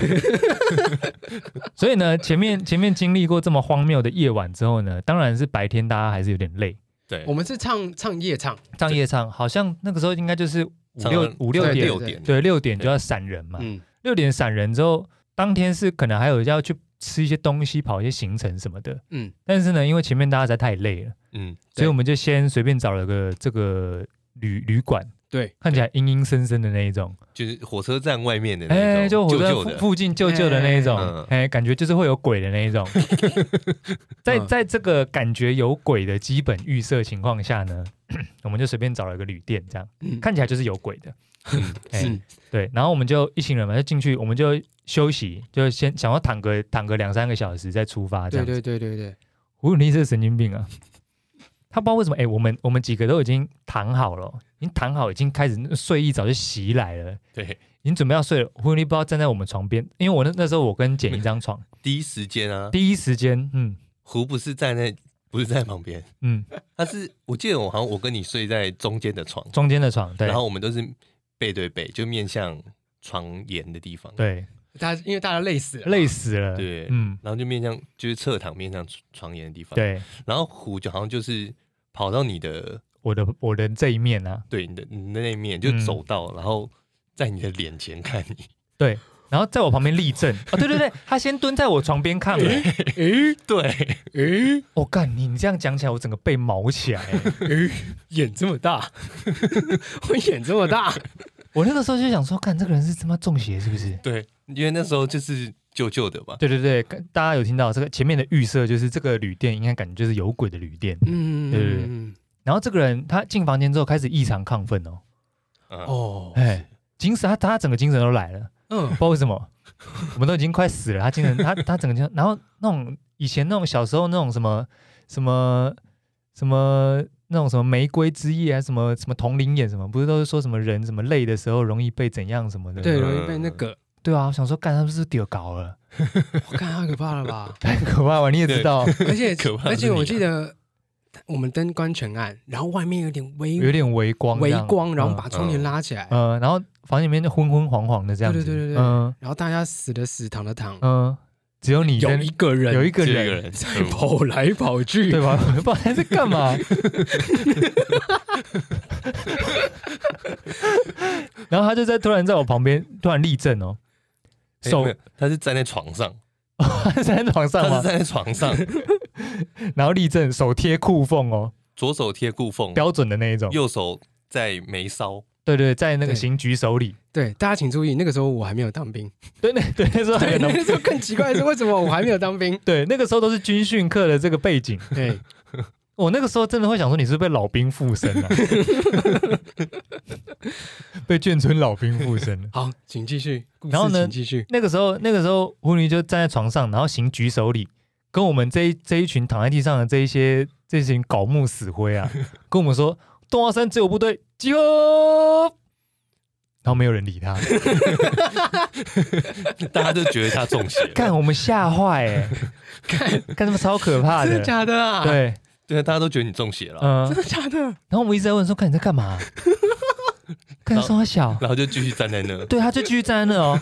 所以呢，前面前面经历过这么荒谬的夜晚之后呢，当然是白天大家还是有点累。对我，们是唱唱夜唱，上夜唱好像那个时候应该就是五常六常五六常常点，六点，对，六点就要闪人嘛。嗯，六点闪人之后，当天是可能还有要去吃一些东西，跑一些行程什么的。嗯，但是呢，因为前面大家实在太累了，嗯，所以我们就先随便找了个这个旅旅馆，对，看起来阴阴森森的那一种。就是火车站外面的那哎、种，就火旧车旧附的，附近旧旧的那一种哎嗯哎，哎、感觉就是会有鬼的那一 种。在嗯在这个感觉有鬼的基本预设情况下呢， 我们就随便找了一个旅店，这样嗯看起来就是有鬼的。嗯哎是对，然后我们就一行人嘛，就进去，我们就休息，就先想要躺个躺个两三个小时再出发对这样子。对对对对，胡永利是神经病啊！他不知道为什么，哎、我们我们几个都已经躺好了，已经躺好，已经开始睡意早就袭来了。对，已经准备要睡了，胡永利不知道站在我们床边，因为我那那时候我跟简一 张床，第一时间啊，第一时间，嗯胡不是站在，不是在旁边，嗯，他是我记得我好像我跟你睡在中间的床，中间的床，对然后我们都是背对背，就面向床沿的地方，对，大家因为大家累死了，累死了，啊对嗯然后就面向就是侧躺面向床沿的地方，，对，然后虎就好像就是跑到你的我的我的这一面啊，对你的你的那一面就嗯走到，然后在你的脸前看 你，对，然后在我旁边立正，哦对对对，他先蹲在我床边看我，诶对，诶我干你你这样讲起来，我整个被毛起 来，欸诶，眼这么大， 我眼这么大，我那个时候就想说，干这个人是他妈中邪是不是？对，因为那时候就是旧旧的吧？对对对，跟大家有听到这个前面的预设，就是这个旅店应该感觉就是有鬼的旅店。嗯，对对对嗯然后这个人他进房间之后开始异常亢奋哦，嗯，哦，哎，精神他他整个精神都来了，不嗯知道为什么， 我们都已经快死了，他精神他他整个精神，然后那种以前那种小时候那种什么什么什么那种什么玫瑰之夜啊，什么什么同龄眼什么，不是都是说什么人什么累的时候容易被怎样什么的？对，嗯容易被那个，对啊，我想说干他们是不是丢搞了， 我看太可怕了吧？太可怕了，你也知道，而且可怕的而是且你我啊记得我们灯关全暗，然后外面有点微有点微光这微样，光，然后嗯把窗帘拉起来，呃，然后房间里面就昏昏黄黄的这样对子，对对对对嗯然后大家死的死，躺的躺，嗯，只有你有跟一个人有一个只有一个人，人嗯在 跑来跑去，对吧？ 我不知道他在干嘛。 然后他就在突然在我旁边突然立正哦，哎手没有他是站在床上， 他是站在床上他是嘛，站在床 上，然后立正，手贴裤缝哦，左手贴固缝，标准的那一种。右手在眉梢，对对，在那个对刑局手里。对，大家请注意，那个时候我还没有当兵。对，那对那时候还有对，那？那时候更奇怪的是，为什么我还没有当兵 哎对那个时候都是军训课的这个背景。对，我那个时候真的会想说，你是不是被老兵附身了、被眷村老兵附身了。好，请继续。故事然后呢请继 续。那个时候，那个时候，狐狸就站在床上，然后行举手礼，跟我们这一这一群躺在地上的这一些这群槁木死灰啊，跟我们说，东华山只有部队集合，然后没有人理他，大家就觉得他中邪 了。看我们吓坏哎，看，看他们超可怕真的的，假的啊？，对，对啊，大家都觉得你中邪了，嗯、 真的假的？然后我们一直在问说，看你在干嘛？看他说他小，然后就继续站在那。对，他就继续站在那 哦，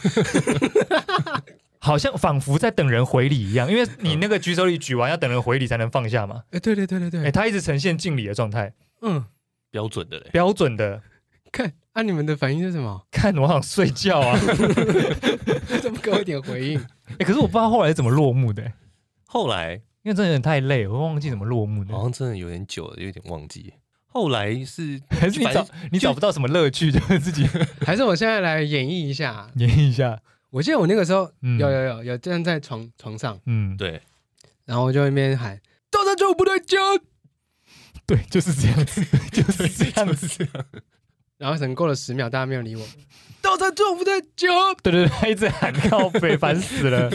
好像仿佛在等人回礼一样，因为你那个举手礼举完要等人回礼才能放下嘛。哎，对对对对哎、对，他一直呈现敬礼的状态，嗯，标准的嘞，标准的。看，啊，你们的反应是什么？看我好想睡觉啊！ 怎么给我一点回应？ 哎、可是我不知道后来怎么落幕的、哎后来因为真的有点太累，我会忘记怎么落幕的。好像真的有点久了，有点忘记。后来 是还是你反正找你找不到什么乐趣，就是 自己 还是我现在来演绎一下？演绎一下。我记得我那个时候嗯有有有有站在床床上，嗯，对对，然后我就一边喊“到站中部队加油对，就是这样 子，就是这样子。”，然后可能过了十秒，大家没有理 我。到站中部队加油！对对对，他一直喊靠北，烦 死了，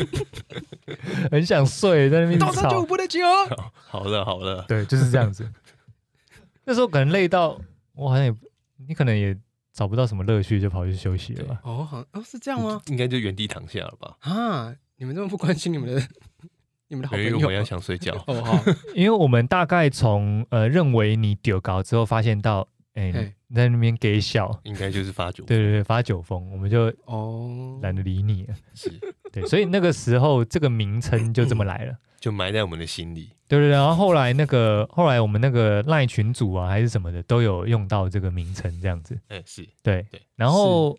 很想睡，在那边一直到站吵中。部队加油！好了好了，对，就是这样子。那时候可能累到我好像也，你可能也找不到什么乐趣，就跑去休息了吧。哦，好像哦，是这样吗？应该就原地躺下了吧？啊，你们这么不关心你们的 你们的好因朋为友我啊，，要想睡觉 哦好，因为我们大概从呃认为你丢稿之后，发现到哎、嘿你在那边给笑，应该就是发酒对对对，发酒疯，我们就 哦，懒得理你了。是对，所以那个时候这个名称就这么来了。就埋在我们的心里。对对对，然后后来那个后来我们那个赖群组啊还是什么的都有用到这个名称这样子，哎，是对对然后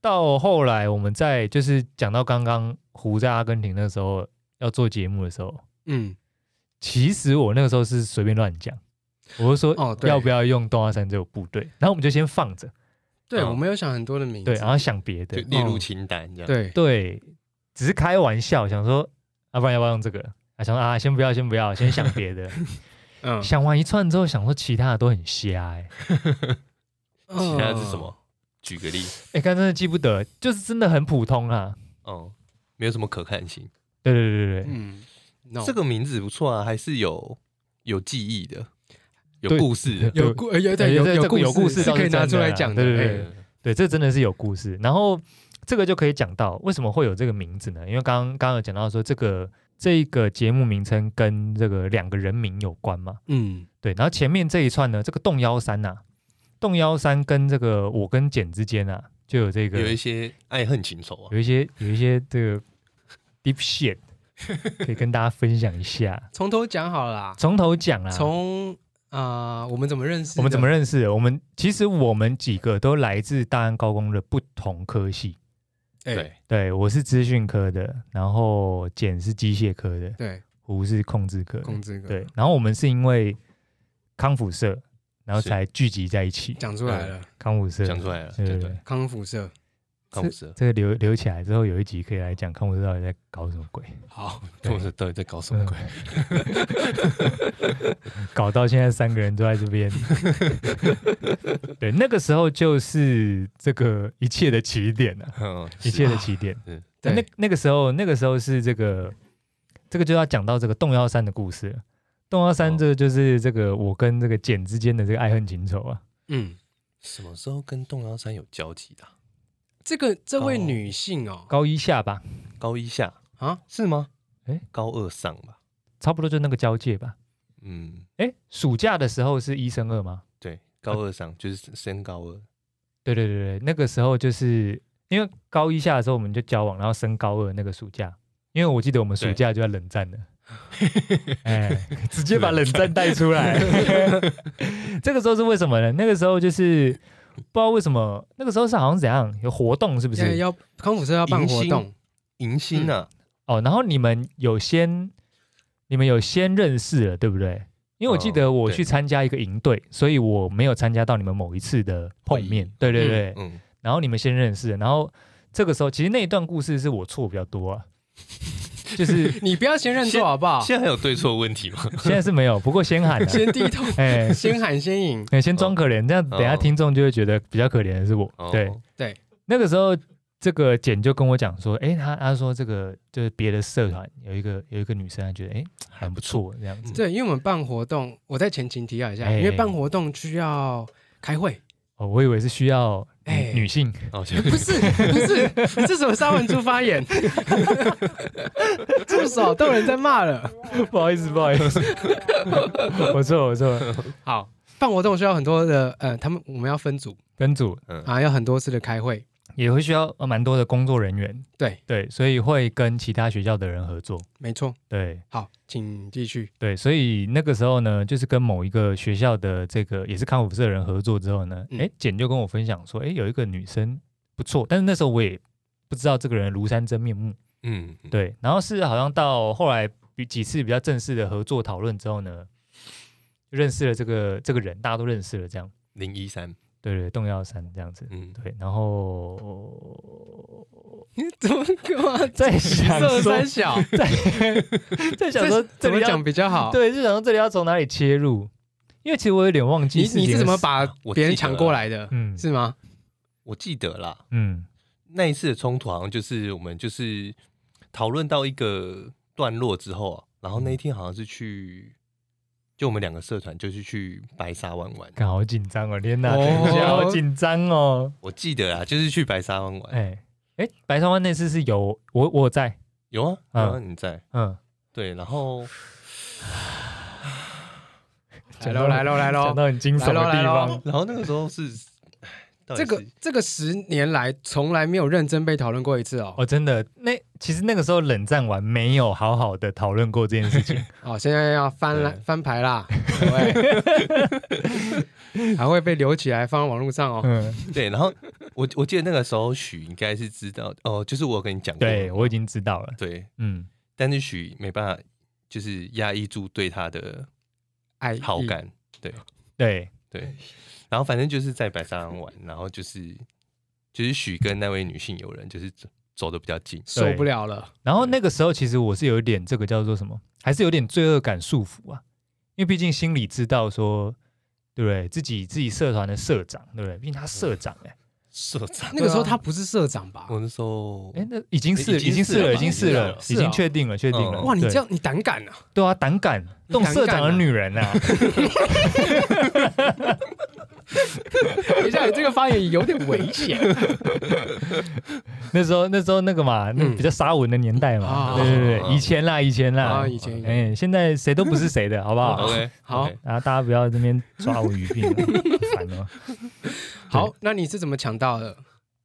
到后来我们在就是讲到刚刚胡在阿根廷那时候要做节目的时候，嗯，其实我那个时候是随便乱讲，我就说哦对要不要用东华山这个部队，然后我们就先放着，对哦我们有想很多的名字对，，啊然后想别就的，列入清单这样。对，对，只是开玩笑，想说要、啊、不然要不要用这个，啊想说啊先不要先不要，先想别的，嗯，想完一串之后想说其他的都很瞎哎、其其他是什？么？举个例，欸，哎、刚真的记不得，就是真的很普通啊，哦，没有什么可看性。对对对对对，嗯，no，哦这个名字不错啊，还是有有记忆的，有对故事的。有故呃有对有有这个故有故事是倒是可以拿真的出来啦讲的，对对 对哎对对，这真的是有故事。然后这个就可以讲到为什么会有这个名字呢？因为刚刚刚有讲到说这个这个节目名称跟这个两个人名有关嘛。嗯，对，然后前面这一串呢，这个洞幺三呐、洞幺三跟这个我跟简之间啊，就有这个有一些爱恨情仇啊，有一些有一些这个 deep shit 可以跟大家分享一下。从头讲好了啦，从头讲啦，从啊我们怎么认识的，我们怎么认识的？我们其实我们几个都来自大安高工的不同科系。哎对对，我是资讯科的，然后简是机械科的，对胡是控制科的控制哥对，然后我们是因为康复社，然后是才聚集在一起。讲出来了，康复社，讲出来了，对对对对对，康复社康普社，这个留留起来之后，有一集可以来讲康姆斯到底在搞什么鬼，好，康普社到底在搞什嗯么鬼？搞到现在三个人都在这边。对，那个时候就是这个一切的起点了、嗯，一切的起点。对，哎那那个时候，那个时候是这个，这个就要讲到这个洞幺三的故事了。洞幺哦三，这个就是这个我跟这个简之间的这个爱恨情仇啊。嗯，什么时候跟洞阳山有交集的啊？这个这位高女性哦，高一下吧，高一下啊，是吗？诶高二上吧？差不多就那个交界吧。嗯，哎，暑假的时候是一升二吗？对，高二上就是升高二，对对对对，那个时候就是因为高一下的时候我们就交往，然后升高二那个暑假，因为我记得我们暑对假就在冷 战的，哎，直接把冷战带出来。 这个时候是为什么呢？那个时候就是不知道为什么，那个时候是好像怎样有活动是不要是？要康复社要办迎活新动，迎新啊，哦，然后你们有先你们有先认识了，对不对？因为我记哦得我对去参加一个营队，所以我没有参加到你们某一次的碰会议面。对对嗯对，嗯，然后你们先认识，然后这个时候其实那一段故事是我错比较多啊， 就是你不要先认错好不好？嗯现在还有对错问题 吗？现在是没有，不过先喊、啊，先低头， 哎、先喊先赢。哎先装可怜，这样等一下哦听众就会觉得比较可怜的是我。哦对，那个时候这个简就跟我讲说，哎、他他说这个就是别的社团有一个有一个女生，她觉得哎、还不错这样子，对，因为我们办活动，我在前情提要一下，哎因为办活动需要开会，哦，我以为是需要女,、哎女性， 哦，就不是不是，你这什么沙文猪发言？ 住手，都有人在骂了。不好意思不好意思， 我错了我错了，好，办活动需要很多的，呃，他们我们要分组跟组嗯啊，要很多次的开会，也会需要呃蛮多的工作人员，对对，所以会跟其他学校的人合作。没错。对好，请继续。对，所以那个时候呢，就是跟某一个学校的这个也是康复社的人合作之后呢，嗯哎、简就跟我分享说，哎，有一个女生不错，但是那时候我也不知道这个人的庐山真面目。嗯，嗯，对，然后是好像到后来比几次比较正式的合作讨论之后呢，认识了这个这个人，大家都认识了，这样。零一三，对对，动摇山这样子。嗯，对，然后你 怎么干嘛？在 想色说三，小， 在想说这怎里么要讲比较好？对，就想说这里要从哪里切入，因为其实我有点忘记你事情你是怎么的把我别人记得抢了过来的？嗯是吗？我记得啦，嗯那一次的冲突好像就是我们就是讨论到一个段落之后啊，然后那一天好像是去，就我们两个社团就是去白沙湾玩，干好紧张哦，天哪，哦等一下好紧张哦，我记得啦，就是去白沙湾玩，哎哎，白沙湾那次是有我我有在，有啊，有啊，你在，嗯，对，然后来喽来喽来喽讲！到很惊悚的来地咯来方咯， 然后那个时候是，唉到底是这个这个十年来从来没有认真被讨论过一次哦。哦，真的，那其实那个时候冷战完没有好好的讨论过这件事情，哦，现在要翻了对翻牌啦，各位，还会被留起来放到网络上哦。嗯，对，然后我我记得那个时候许应该是知道哦，就是我有跟你讲过，对我已经知道了，对，嗯，但是许没办法，就是压抑住对他的哎，好感，对，对，然后反正就是在白沙湾玩，然后就是就是许跟那位女性友人就是走走的比较近，受不了了。然后那个时候其实我是有一点这个叫做什么，还是有点罪恶感束缚啊，因为毕竟心里知道说，对不对？自己自己社团的社长，对不对？毕竟他社长哎、社长，那个时候他不是社长吧？ 我那时候哎，那已经是嗯已经已经是是了了，吧已经是了，是已啊经确定了，确定了。嗯哇，你对这样你胆敢啊！对啊，胆敢动社长的女人啊！等一下，你这个发言有点危 险那时候那时候那个嘛，那嗯比较沙文的年代嘛，啊对对对，啊以前啦以前啦啊！，以前哎，现在谁都不是谁的，好不好？ OK 好 OK，啊，大家不要这边抓我语病啊，烦哦。好，那你是怎么抢到的？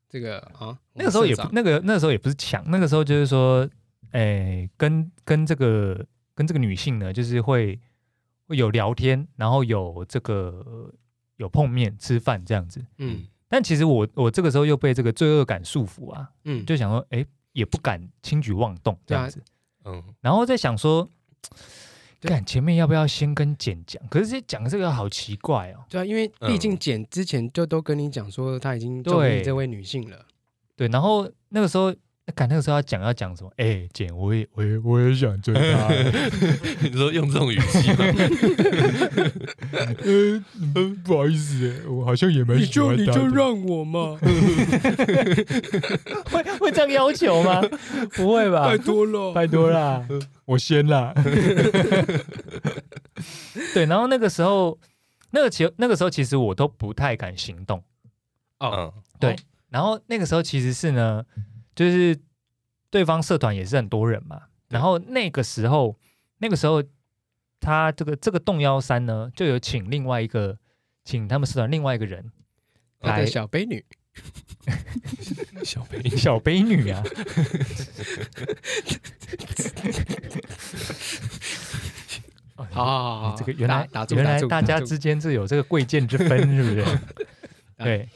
这个啊，那个时候也我不们社长那个那个时候也不是抢，那个时候就是说，哎、跟跟这个跟这个女性呢，就是会会有聊天，然后有这个有碰面吃饭这样子。嗯但其实我我这个时候又被这个罪恶感束缚啊，嗯，就想说，哎、也不敢轻举妄动这样子。嗯， 然后在想说，啊对看前面要不要先跟简讲？可是讲这个好奇怪哦。对啊，因为毕竟简之前就都跟你讲说他已经中意对这位女性了，对，然后那个时候，感那个时候要讲要讲什么？哎、姐，我也我也我也想追她、 你说用这种语气吗，呃嗯不好意思、我好像也没你就你就让我 嘛， 会会这样要 求吗？不会吧拜托了。拜托啦，我先啦。 对，然后那个时候，那个其那个时候其实我都不太敢行动。嗯，对，然后那个时候其实是呢，就是对方社团也是很多人嘛，然后那个时候，那个时候他这个这个动幺三呢，就有请另外一个，请他们社团另外一个人他来的小悲女，小贝，小悲女 啊，好好好好好，嗯这个原来啊打打住原打来住，大家打住之间是有这个贵贱之分，是不是？ 啊对，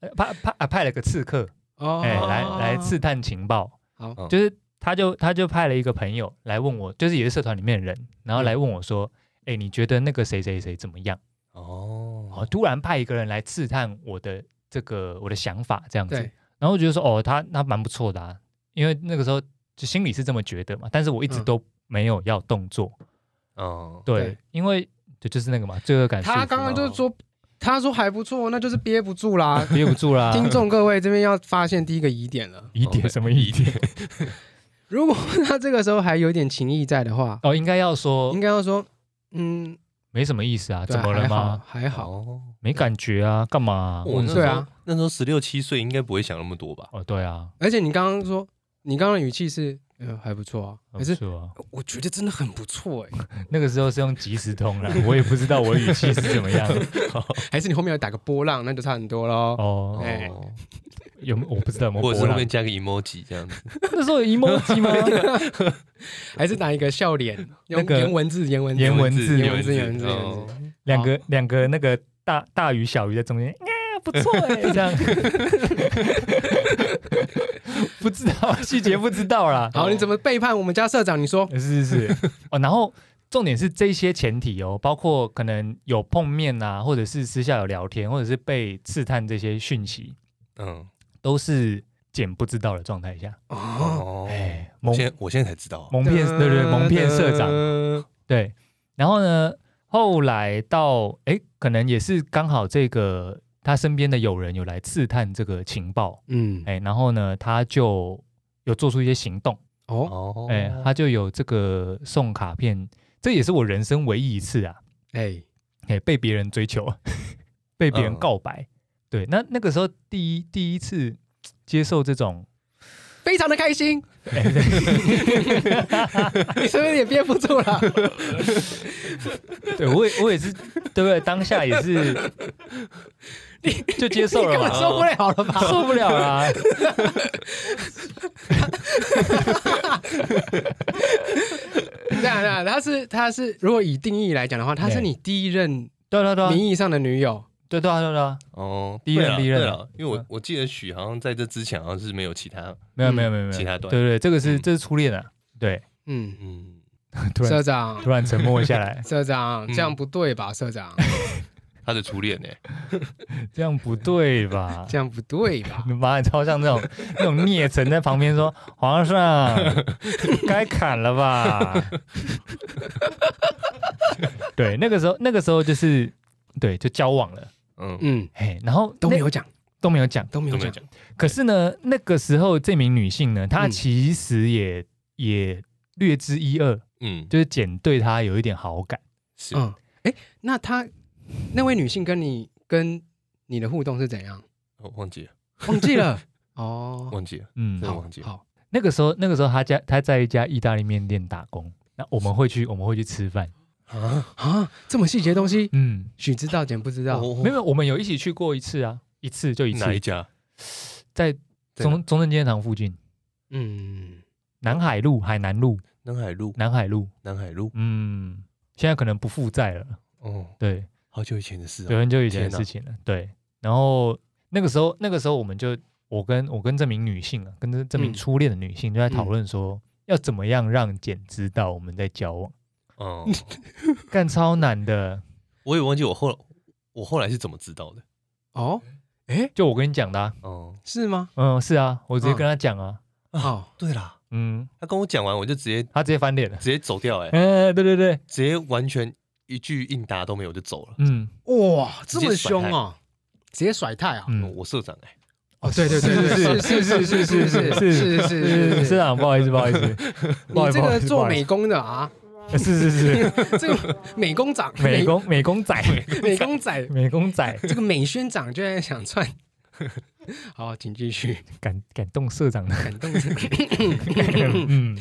呃派派啊派了个刺客，哦，哎、来来刺探情报。好嗯就是他就他就派了一个朋友来问我，就是也是社团里面的人，然嗯后来问我说：“哎、你觉得那个谁谁谁怎么样？”哦，哦，突然派一个人来刺探我的这个我的想法这样子，对，然后我觉得说：“哦，他他蛮不错的啊。”因为那个时候就心里是这么觉得嘛，但是我一直嗯都没有要动作。嗯，对，对因为就就是那个嘛，罪恶感束缚嘛。他刚刚就是说，他说还不错，那就是憋不住啦。憋不住啦， 听众各位这边要发现第一个疑点了，疑点什么疑点？ 如果他这个时候还有点情谊在的话，哦，应该要说应该要说，嗯，没什么意思啊，对怎么了吗？？还好还好，哦，没感觉啊，干嘛啊、我那时对候啊那时候十六七岁，应该不会想那么多吧？哦，对啊，而且你刚刚说，你刚刚的语气是，呃，还不错啊，很可是不错啊，我觉得真的很不错哎，那个时候是用即时通啦， 我也不知道我语气是怎么 样。还是你后面有打个波浪，那就差很多喽。哦，哎哦，有没我不知道有没有或者是波后浪面加个 emoji 这样子，那时候有 emoji 吗？还是打一个笑脸，用那个颜文字，颜文字，颜文字颜文字，颜文字，颜文哦字， 两个两个那个大大鱼小鱼在中间， 啊，不错哎， 这样。不知道 细节不知道 啦。好，你怎么背叛我们家社长？你说是是是哦，然后重点是这些前提哦，包括可能有碰面啊，或者是私下有聊天，或者是被刺探这些讯息，嗯，都是简不知道的状态下，哦，哦，哎、我蒙现在我现在才知道，蒙骗对对对蒙骗社长长，对，然后呢，后来到哎，可能也是刚好这个他身边的友人有来刺探这个情报，嗯，哎，然后呢，他就有做出一些行动。哦，哦，哎、他就有这个送卡片，这也是我人生唯一一次啊，哎，哎、被别人追求， 被别人嗯告白。对，那那个时候第一第一次接受这种，非常的开心，你是不是也憋不住了？ 对我也我也是，对不对？当下也是就接受你根了本受嘛，不了了吧？受不了啊啦、这样这样，他是他是，如果以定义来讲的话，他是对你第一任对啊对啊对啊名义上的女友，对啊对啊对啊，哦，第一任对啦第一任对了，因为我嗯我记得许好像在这之前好像是没有其他没有嗯没有没有没有，其他段，对对，这个是嗯这是初恋啊，对，嗯，嗯，突然社长，突然沉默下来社长嗯这样不对吧？社长他的初恋呢？这样不对吧？这样不对吧？ 你妈，超像那种那种孽臣在旁边说：“皇上，该砍了吧？” 对，那个时候，那个时候就是对，就交往了，嗯，嗯，嘿，然后都没那有讲，都没有讲。都没有都没讲有，讲，可是呢，那个时候这名女性呢，她嗯其实也、也略知一二，嗯，就是简对她有一点好感。是嗯，哎，那他那位女性跟你跟你的互动是怎样？我哦忘记了，忘记了哦，忘记了，真嗯，的好忘记了好，那个时候，那个时候她家她在一家意大利面店打工，那我们会去我们会去吃饭。啊，啊，这么细节的东西，嗯，许知道简不知道？我啊没有没有，我们有一起去过一次啊，一次就一次哦哪，一家？在在中中正纪念堂附近，嗯，南海路、海南路、南海路，南海路，南海路，嗯，现在可能不负债了，哦，对，好久以前的事有啊，很久以前的天哪事情了，对。然后那个时候，那个时候我们就，我跟我跟这名女性啊，跟这这名嗯初恋的女性就在讨嗯论说，要怎么样让简知道我们在交往，哦，干超难的， 我也忘记我后我后来是怎么知道的，哦，哎，就我跟你讲的、啊，哦，是吗？嗯，是啊，我直接跟他讲啊，哦，对啦，嗯，他跟我讲完，我就直接他直接翻脸了，直接走掉、欸，哎，哎、对对对，直接完全一句应答都没有就走了。嗯哇，直这接么甩凶态哦，直接甩态啊！嗯嗯，我社长、欸，哎，哦，对对对对，是是是是是是是是是是啊，不好意思，不好意思，不好你意思这不好意个思做美工的啊，是 是是这个美工长、 美 工美工仔，美工仔，美 工仔这个美宣长居然想窜。 好，请继续。感感动社长的感动，嗯，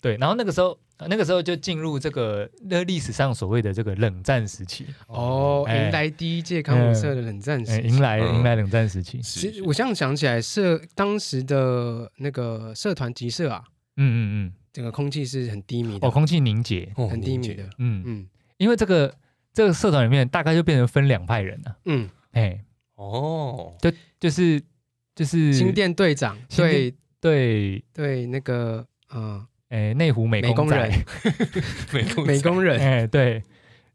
对。然后那个时候，呃那个时候就进入这个那历史上所谓的这个冷战时期， 哦，哎迎来第一届康复社的冷战呃时期。迎来嗯迎来冷战时期。其实是我现在想起来，社当时的那个社团集社啊，嗯嗯整个空气是很低迷嗯，哦，的，空气凝结。哦很低迷的。。嗯，嗯因为这个这个社团里面大概就变成分两派人了、嗯，哎，哦，就是就是新店队长新对店对，对那个 嗯哎，内湖美美工仔人，美工美工人， 哎，对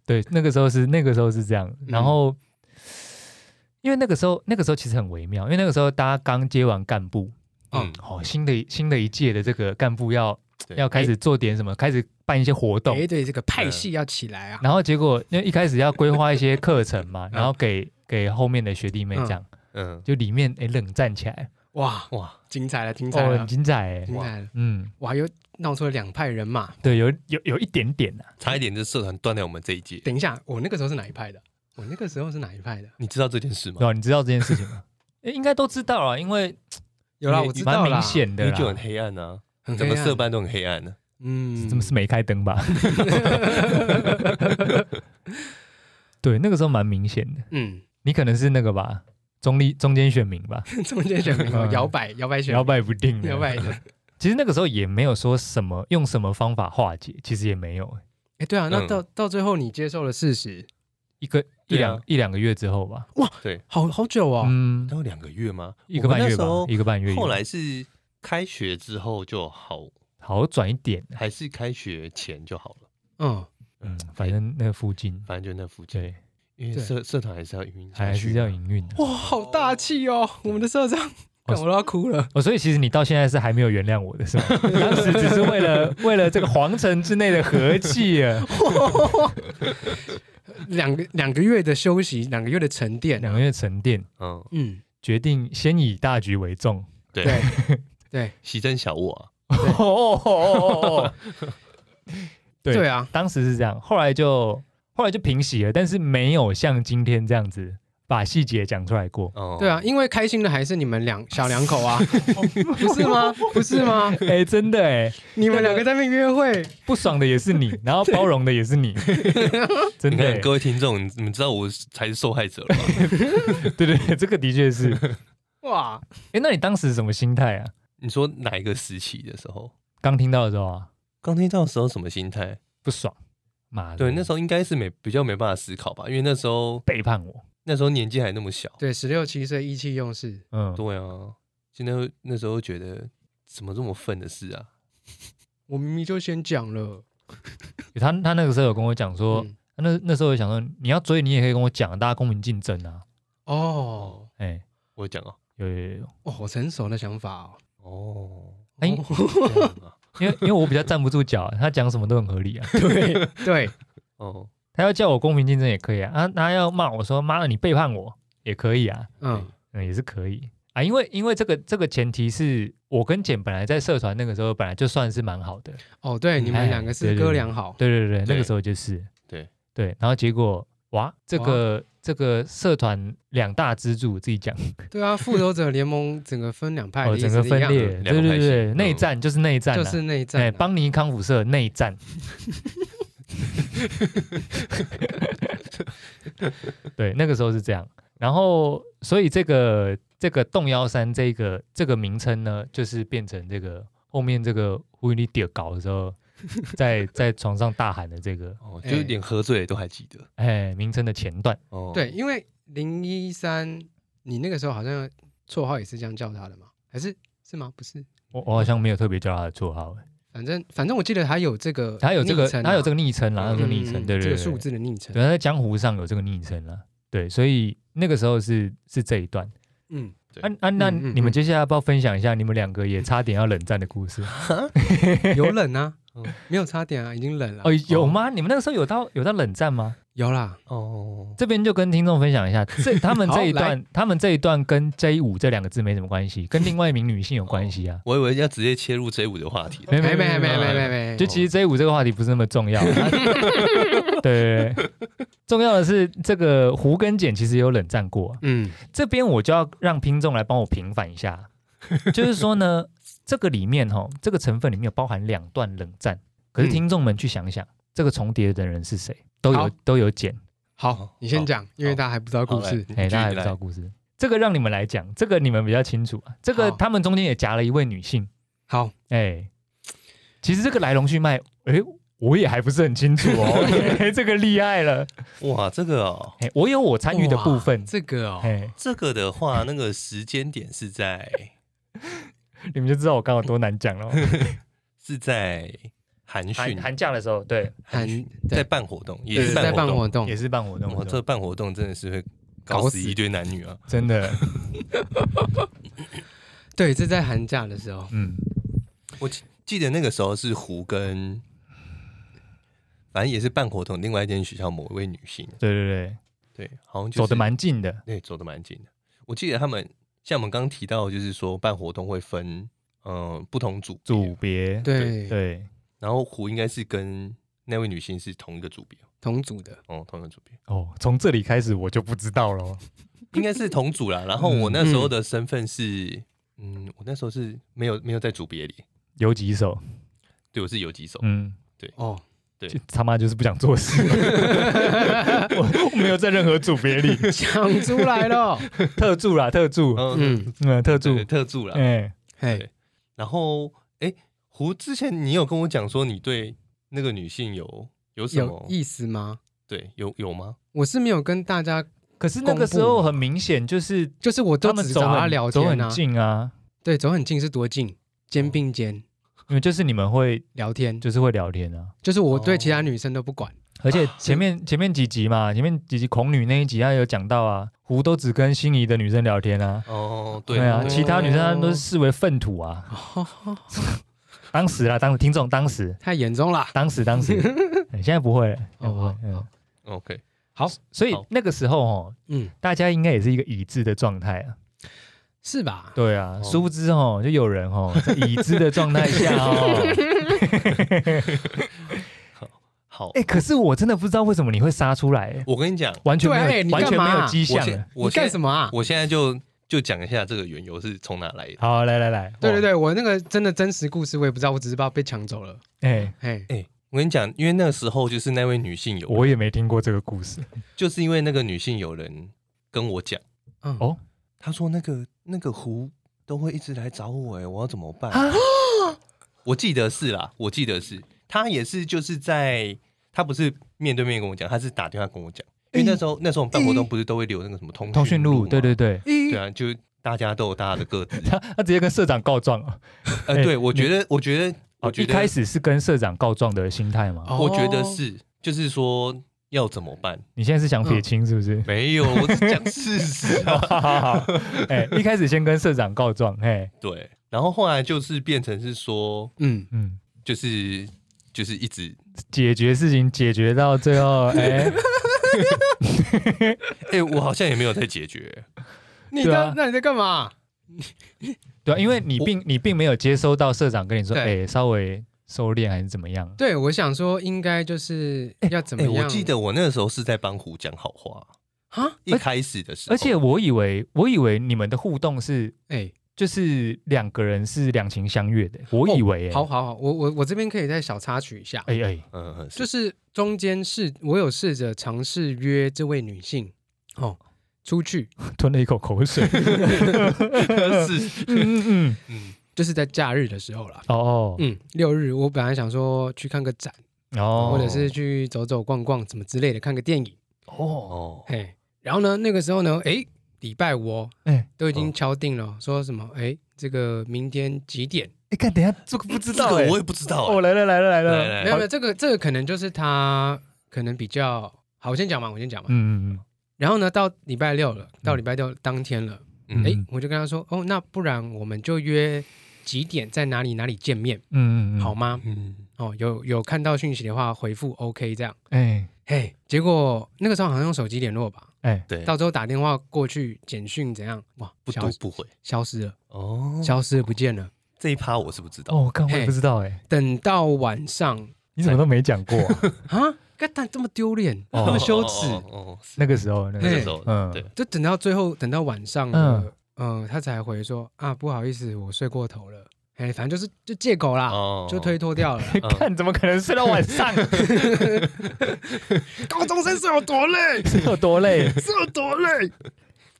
对，那个时候是那个时候是这样，嗯然后。因为那个时候，那个时候其实很微妙，因为那个时候大家刚接完干部，嗯，哦，新的一新的一届的这个干部要对要开始做点什么，开始办一些活动，哎，对这个嗯派系要起来啊，然后结果因为一开始要规划一些课程嘛，然后给给后面的学弟妹这样，嗯，就里面哎冷战起来，哇，哇，精彩了，精彩啊哦，很了，精彩哎，精彩了，嗯，哇，又闹出了两派人马。对，有有有一点啊点呐、差一点这社团断掉我们这一届。等一下，我那个时候是哪一派的？我那个时候是哪一派的？你知道这件事啊，嗯吗？对、啊，你知道这件 事情吗？哎应该都知道啊，因为有啦，你我知蛮道啦，明显因的为啦就，很黑暗啊，很整黑个暗社，办都很黑暗啊呢、嗯，怎么是没开 灯吧？对，那个时候蛮明显的，嗯， 你可能是那个吧，中立中间选民吧，中间选 民哦嗯摇摆，摇摆选摇民，摆不定的，摇摆的。其实那个时候也没有说什么用什么方法化解，其实也没有哎，对啊，那嗯到到最后你接受了事实，一个一对啊两、一两个月之后吧，好好久哦，嗯，都有两个月吗？一个半月吧我，们一个半那月时有。候后来是开学之后就好，好转一点，还是开学前就好了。嗯，嗯，反正那附近反正就那附近，对，因为对社社团还是要运营下还去是嘛要营运啊的。哇，好大气哦，我们的社长，看是我都要哭了。哦，所以其实你到现在是还没有原谅我 的是吗？当时只是为了为了这个皇城之内的和 气啊，两个两个月的休息，两个月的沉淀，两个月沉淀，嗯，嗯，决定先以大局为重。对对，对牺牲小我啊，哦 哦哦哦对 对啊，当时是这样，后来就后来就平息了，但是没有像今天这样子把细节讲出 来过。哦，对啊，，因为开心的还是你们两小两口 啊，不是吗？不是吗？哎、真的哎、你们两个在那边约会，不爽的也 是你，然后包容的也是你，真你的看欸、各位听众，你们知道我是才是受害者了吧？对对对，这个的 确是。哎、哇，那你当时什么心态啊？你说哪一个时期的时候？刚听到的时候啊，刚听到的时候什么心态？不爽，妈的，对，那时候应该是没比较没办法思考吧，因为那时候背叛我，那时候年纪还那么小。对，十六七岁意气用事，嗯，对啊，现在会那时候觉得怎么这么愤的事啊？我明明就先讲了，他他那个时候有跟我讲说，啊嗯那那时候有想说，你要追你也可以跟我讲，大家公平竞争啊，哦哎、我讲哦，有有有有，哦，好成熟的想法哦，哦，哎、这样啊因为因为我比较站不住脚，他讲什么都很合理啊。对对，哦，他要叫我公平竞争也可以啊，啊，他要骂我说妈的你背叛我也可以啊，嗯嗯，也是可以啊，因为因为这个这个前提是我跟简本来在社团那个时候本来就算是蛮好的，哦，对，你们两个哎是对对哥俩好，对对对，对那个时候就是对对，然后结果哇，这个这个社团两大支柱自己讲，对啊，复仇者联盟整个分两派的哦，意思整哎是个一分样的裂，两对个对派系对，嗯内战就是内战、啊，就是内战啊、哎，邦尼康复社内战。对，那个时候是这样。然后，所以这个这个洞幺三这个这个名称呢，就是变成这个后面这个呼利迪搞的时候，在在床上大喊的这个哦，就连喝醉都还记得哎名称的前段。哦。对，，因为零一三，你那个时候好像绰号也是这样叫他的嘛，还是是吗？不是，我我好像没有特别叫他的绰号，欸反正反正我记得他有这个、他有这个昵称啊他有这个昵称啦，他有这个昵嗯称，对对这对，个数字的昵称对，他在江湖上有这个昵称了。对，所以那个时候是是这一段。嗯，啊啊，那嗯嗯你嗯们接下来要不要分享一下你们两个也差点要冷战的故事？啊有冷 啊嗯，没有差点啊，已经冷了哦，。有吗？你们那个时候有到有到冷战吗？有啦，哦，这边就跟听众分享一下，这他们好这一来段，他们这一段跟 J 五这两个字没什么关系，跟另外一名女性有关系啊。我以为要直接切入 J 五的话题，没哎没没没没没没没没，就其实 J 五这个话题不是那么重 要，它对对对，重要的是这个胡跟简其实有冷战过啊、嗯这边我就要让听众来帮我平反一 下，就是说呢，这个里面哈、这个成分里面有包含两段冷战，可嗯是听众们去想想，这个重叠的人是谁，都有好都有简，哦好，你先讲，因为大家还不知道故事。哎，大家还不来知道故事，这个让你们来讲，这个你们比较清楚啊。这个好他们中间也夹了一位女性，好，哎，其实这个来龙去脉，哎，我也还不是很清楚 哦，哎这个厉害了，哇，这个哦，哎，我有我参与的部分哇，这个哦，哎，这个的话，那个时间点是在你们就知道我刚好多难讲了。是在寒寒训，寒假的时候，对，寒训在对办活动，也也是是在办办活活动也，是办活动动，的哇，时候，这办活动真的是会搞搞死死一堆男女啊！真的，对，这在寒假的时候， 嗯，我记记得那个时候是胡跟，反正也是办活动，另外一间学校某一位女性，对对对，对，好像就是走得蛮近的，对，走得蛮近的。我记得他们像我们刚刚提到，就是说办活动会分呃不同组别组，别，对，对，然后胡应该是跟那位女性是同一个组别同组的，哦，同一个组别。哦，从这里开始我就不知道了，应该是同组啦。然后我那时候的身份是，嗯，我那时候是没有没有在组别里，有几首，对我是游击手，嗯，哦， 对就他妈就是不想做事，我我没有在任何组别里，讲出来 了，特助啦，特助，嗯，嗯，嗯，对特助，特助啦。哎，嘿对，然后，哎，胡之前你有跟我讲说你对那个女性有有什有么？意思吗？对，有有吗？我是没有跟大家，可是那个时候很明显就是就是我他都们只走找他很聊走天很啊，近啊，对，走很近是多近，肩并肩因为就是你们会聊天，就是会聊天啊。就是我对其他女生都不管，而且前面前面几集嘛，前面几集恐女那一集，他有讲到啊，胡都只跟心仪的女生聊天啊，哦，对对啊，对其他女生她都哦是视为粪土啊。当时啦，当时听众当时太严重了。当时当时，哎现在不会了，现在不会哦。嗯， OK，好，所以好那个时候哦，嗯，大家应该也是一个已知的状态啊。是吧？对啊，哦殊不知哦，就有人哦，在已知的状态下哦，好，哎，可是我真的不知道为什么你会杀出来，哎我跟你讲，完全没对啊哎有你完全没干有嘛迹我象了现。我你干现在什么啊？我现在就就讲一下这个缘由是从哪来的。好，来来来，对对对，我那个真的真实故事我也不知道，我只是把被抢走了。哎，嘿，我跟你讲，因为那个时候就是那位女性友人，我也没听过这个故事。就是因为那个女性友人跟我讲。嗯，哦他说那个那个湖都会一直来找我、哎，我要怎么办？啊我记得是啦，我记得是，他也是就是在他不是面对面跟我讲，他是打电话跟我讲，因为那时候、那时候我们办活动不是都会留那个什么通通讯录，嘛对对对，对啊，就大家都有大家的 各自，他他直接跟社长告状啊。呃，哎对我觉得我觉得哦我，觉一得开始是跟社长告状的心态吗？哦我觉得是就是说要怎么办？你现在是想撇清是不是？没有，我是讲事实啊，哈哈哈！ 哎，一开始先跟社长告状，哎， 对，然后后来就是变成是说嗯，嗯，就是就是一直解决事情解决到最后，哎，哎、我好像也没有在解决、你对在啊那你在干嘛？对啊，因为你并你并没有接收到社长跟你说，对哎，稍微收敛还是怎么样？对，我想说应该就是要怎哎、么样？我记得我那个时候是在帮胡讲好话，啊，一开始的时候，而且我以为我以为你们的互动是哎，就是两个人是两情相悦的，我以为，哎哦好，好好，我我我这边可以再小插曲一下，哎哎，嗯，嗯，就是是中间是我有试着尝试约这位女性哦出去，吞了一口口 水，是，嗯嗯嗯，嗯，就是在假日的时候啦。哦嗯，六日我本来想说去看个展，哦，或者是去走走逛逛什么之类的，看个电影。 哦，哦，嘿，然后呢，那个时候呢，诶，礼拜五哦哎。都已经哦敲定了，说什么诶，这个明天几点？哎，看，等一下这个不知这道、个欸，我也不知道、哎哦，来了来了来了，来来没有没有，这个这个可能就是他可能比较好，我先讲嘛，我先讲嘛。嗯嗯嗯，然后呢，到礼拜六了，到礼拜六当天了，嗯哎、诶嗯我就跟他说，哦，那不然我们就约几点在哪里哪里见面、嗯嗯，嗯好，吗？嗯，哦，有有看到讯息的话，回复 OK 这样。哎嘿，结果那个时候好像用手机联络吧，哎，对，到时候打电话过去简讯怎样？哇，不消读不回消失了，哦。消失了不见了。这一趴我是不知道，哦，刚我也嘿不知道哎，等到晚上你怎么都没讲过啊？啊，干蛋这么丢脸，哦那么羞耻，哦哦哦，是那个时候，那那个个时时候候，，嗯，对，就等到最后，等到晚上了，嗯、他才回说啊，不好意思，我睡过头了。哎，反正就是就借口啦，啊哦就推脱掉了。嗯看怎么可能睡到晚上？ 高中生是有多累，是有多累？是有多累？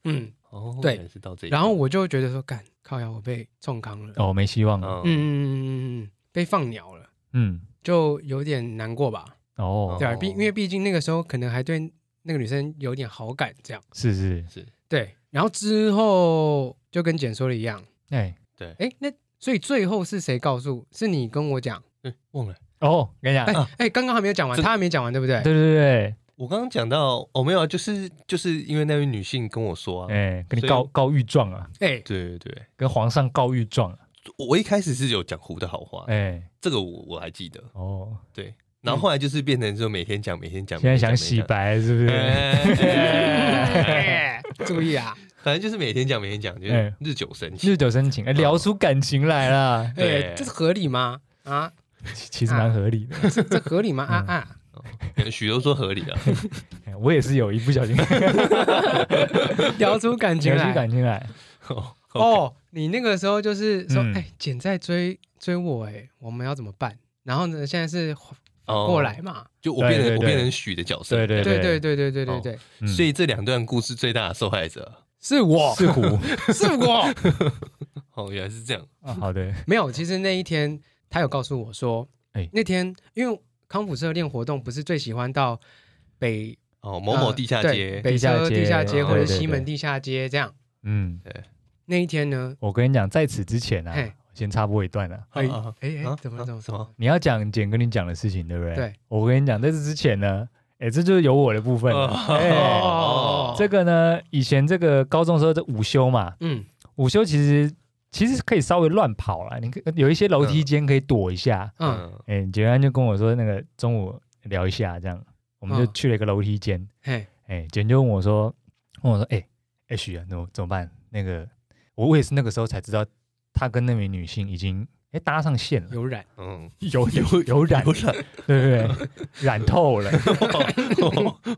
嗯，哦，对原来是到这一趴，然后我就觉得说，干靠呀，我被冲康了，哦，没希望了。嗯嗯嗯嗯嗯嗯，被放鸟了，嗯，就有点难过吧？哦，对啊，哦毕因为毕竟那个时候可能还对那个女生有点好感，这样是是，是对。然后之后就跟简说的一样，哎，哎，那所以最后是谁告诉？是你跟我讲。对哎忘了，哦，跟你讲哎，啊哎，刚刚还没有讲完，这他还没讲完，对不对？对对对，我刚刚讲到哦，没有啊，就是就是因为那位女性跟我说啊，哎，跟你所以告告御状啊，哎，对对对，跟皇上告御状啊，我一开始是有讲胡的好话，哎，这个我我还记得，哦，然后后来就是变成说每天讲，每天讲，现在每天想讲洗，白是不每天是？讲哎哎哎哎注意啊， 反正就是每天讲，每天讲，就哎是日久生情日。久生情，哎聊出感情 来啦，哎对，这是合理吗？啊，其其实蛮合理的。这这合理吗？啊啊，许多说合理 了，哎我也是 有一不小心聊聊出感情出来。感情来，哦，哦，你那个时候就是说嗯，哎，简在追追我，哎，我们要怎么办？然后呢，现在是哦过来，嘛？就我变对对成我对变成许的角色，对对对对对对对对哦对，嗯所以这两段故事最大的受害者，是我，是虎是 我。哦，原来是这样，啊，好的，没有，其实那一天他有告诉我说，哎那天因为康复社练活动不是最喜欢到北哦，某某呃地下对街，北车地地下下街哦街或者对对西对门地下街这样。嗯，那一天呢，我跟你讲，在此之前啊嘿，先插播一段啊，哎啊啊哎哎啊，怎么啊怎么什么？你要讲简跟你讲的事情，对不对？对，我跟你讲，在这之前呢，哎，这就是有我的部分了。哎，哦这个呢，以前这个高中的时候这午休嘛，嗯，午休其实其实可以稍微乱跑啦，你可有一些楼梯间可以躲一下。嗯，嗯，哎、杰安就跟我说，那个中午聊一下这样，我们就嗯去了一个楼梯间。嘿，哎、杰安就问我说，问我说，哎、哎许啊，怎么怎么办？那个我我也是那个时候才知道，他跟那名女性已经哎搭上线了，有染，嗯，有有有染不， 是，啊哦对不对？染透了，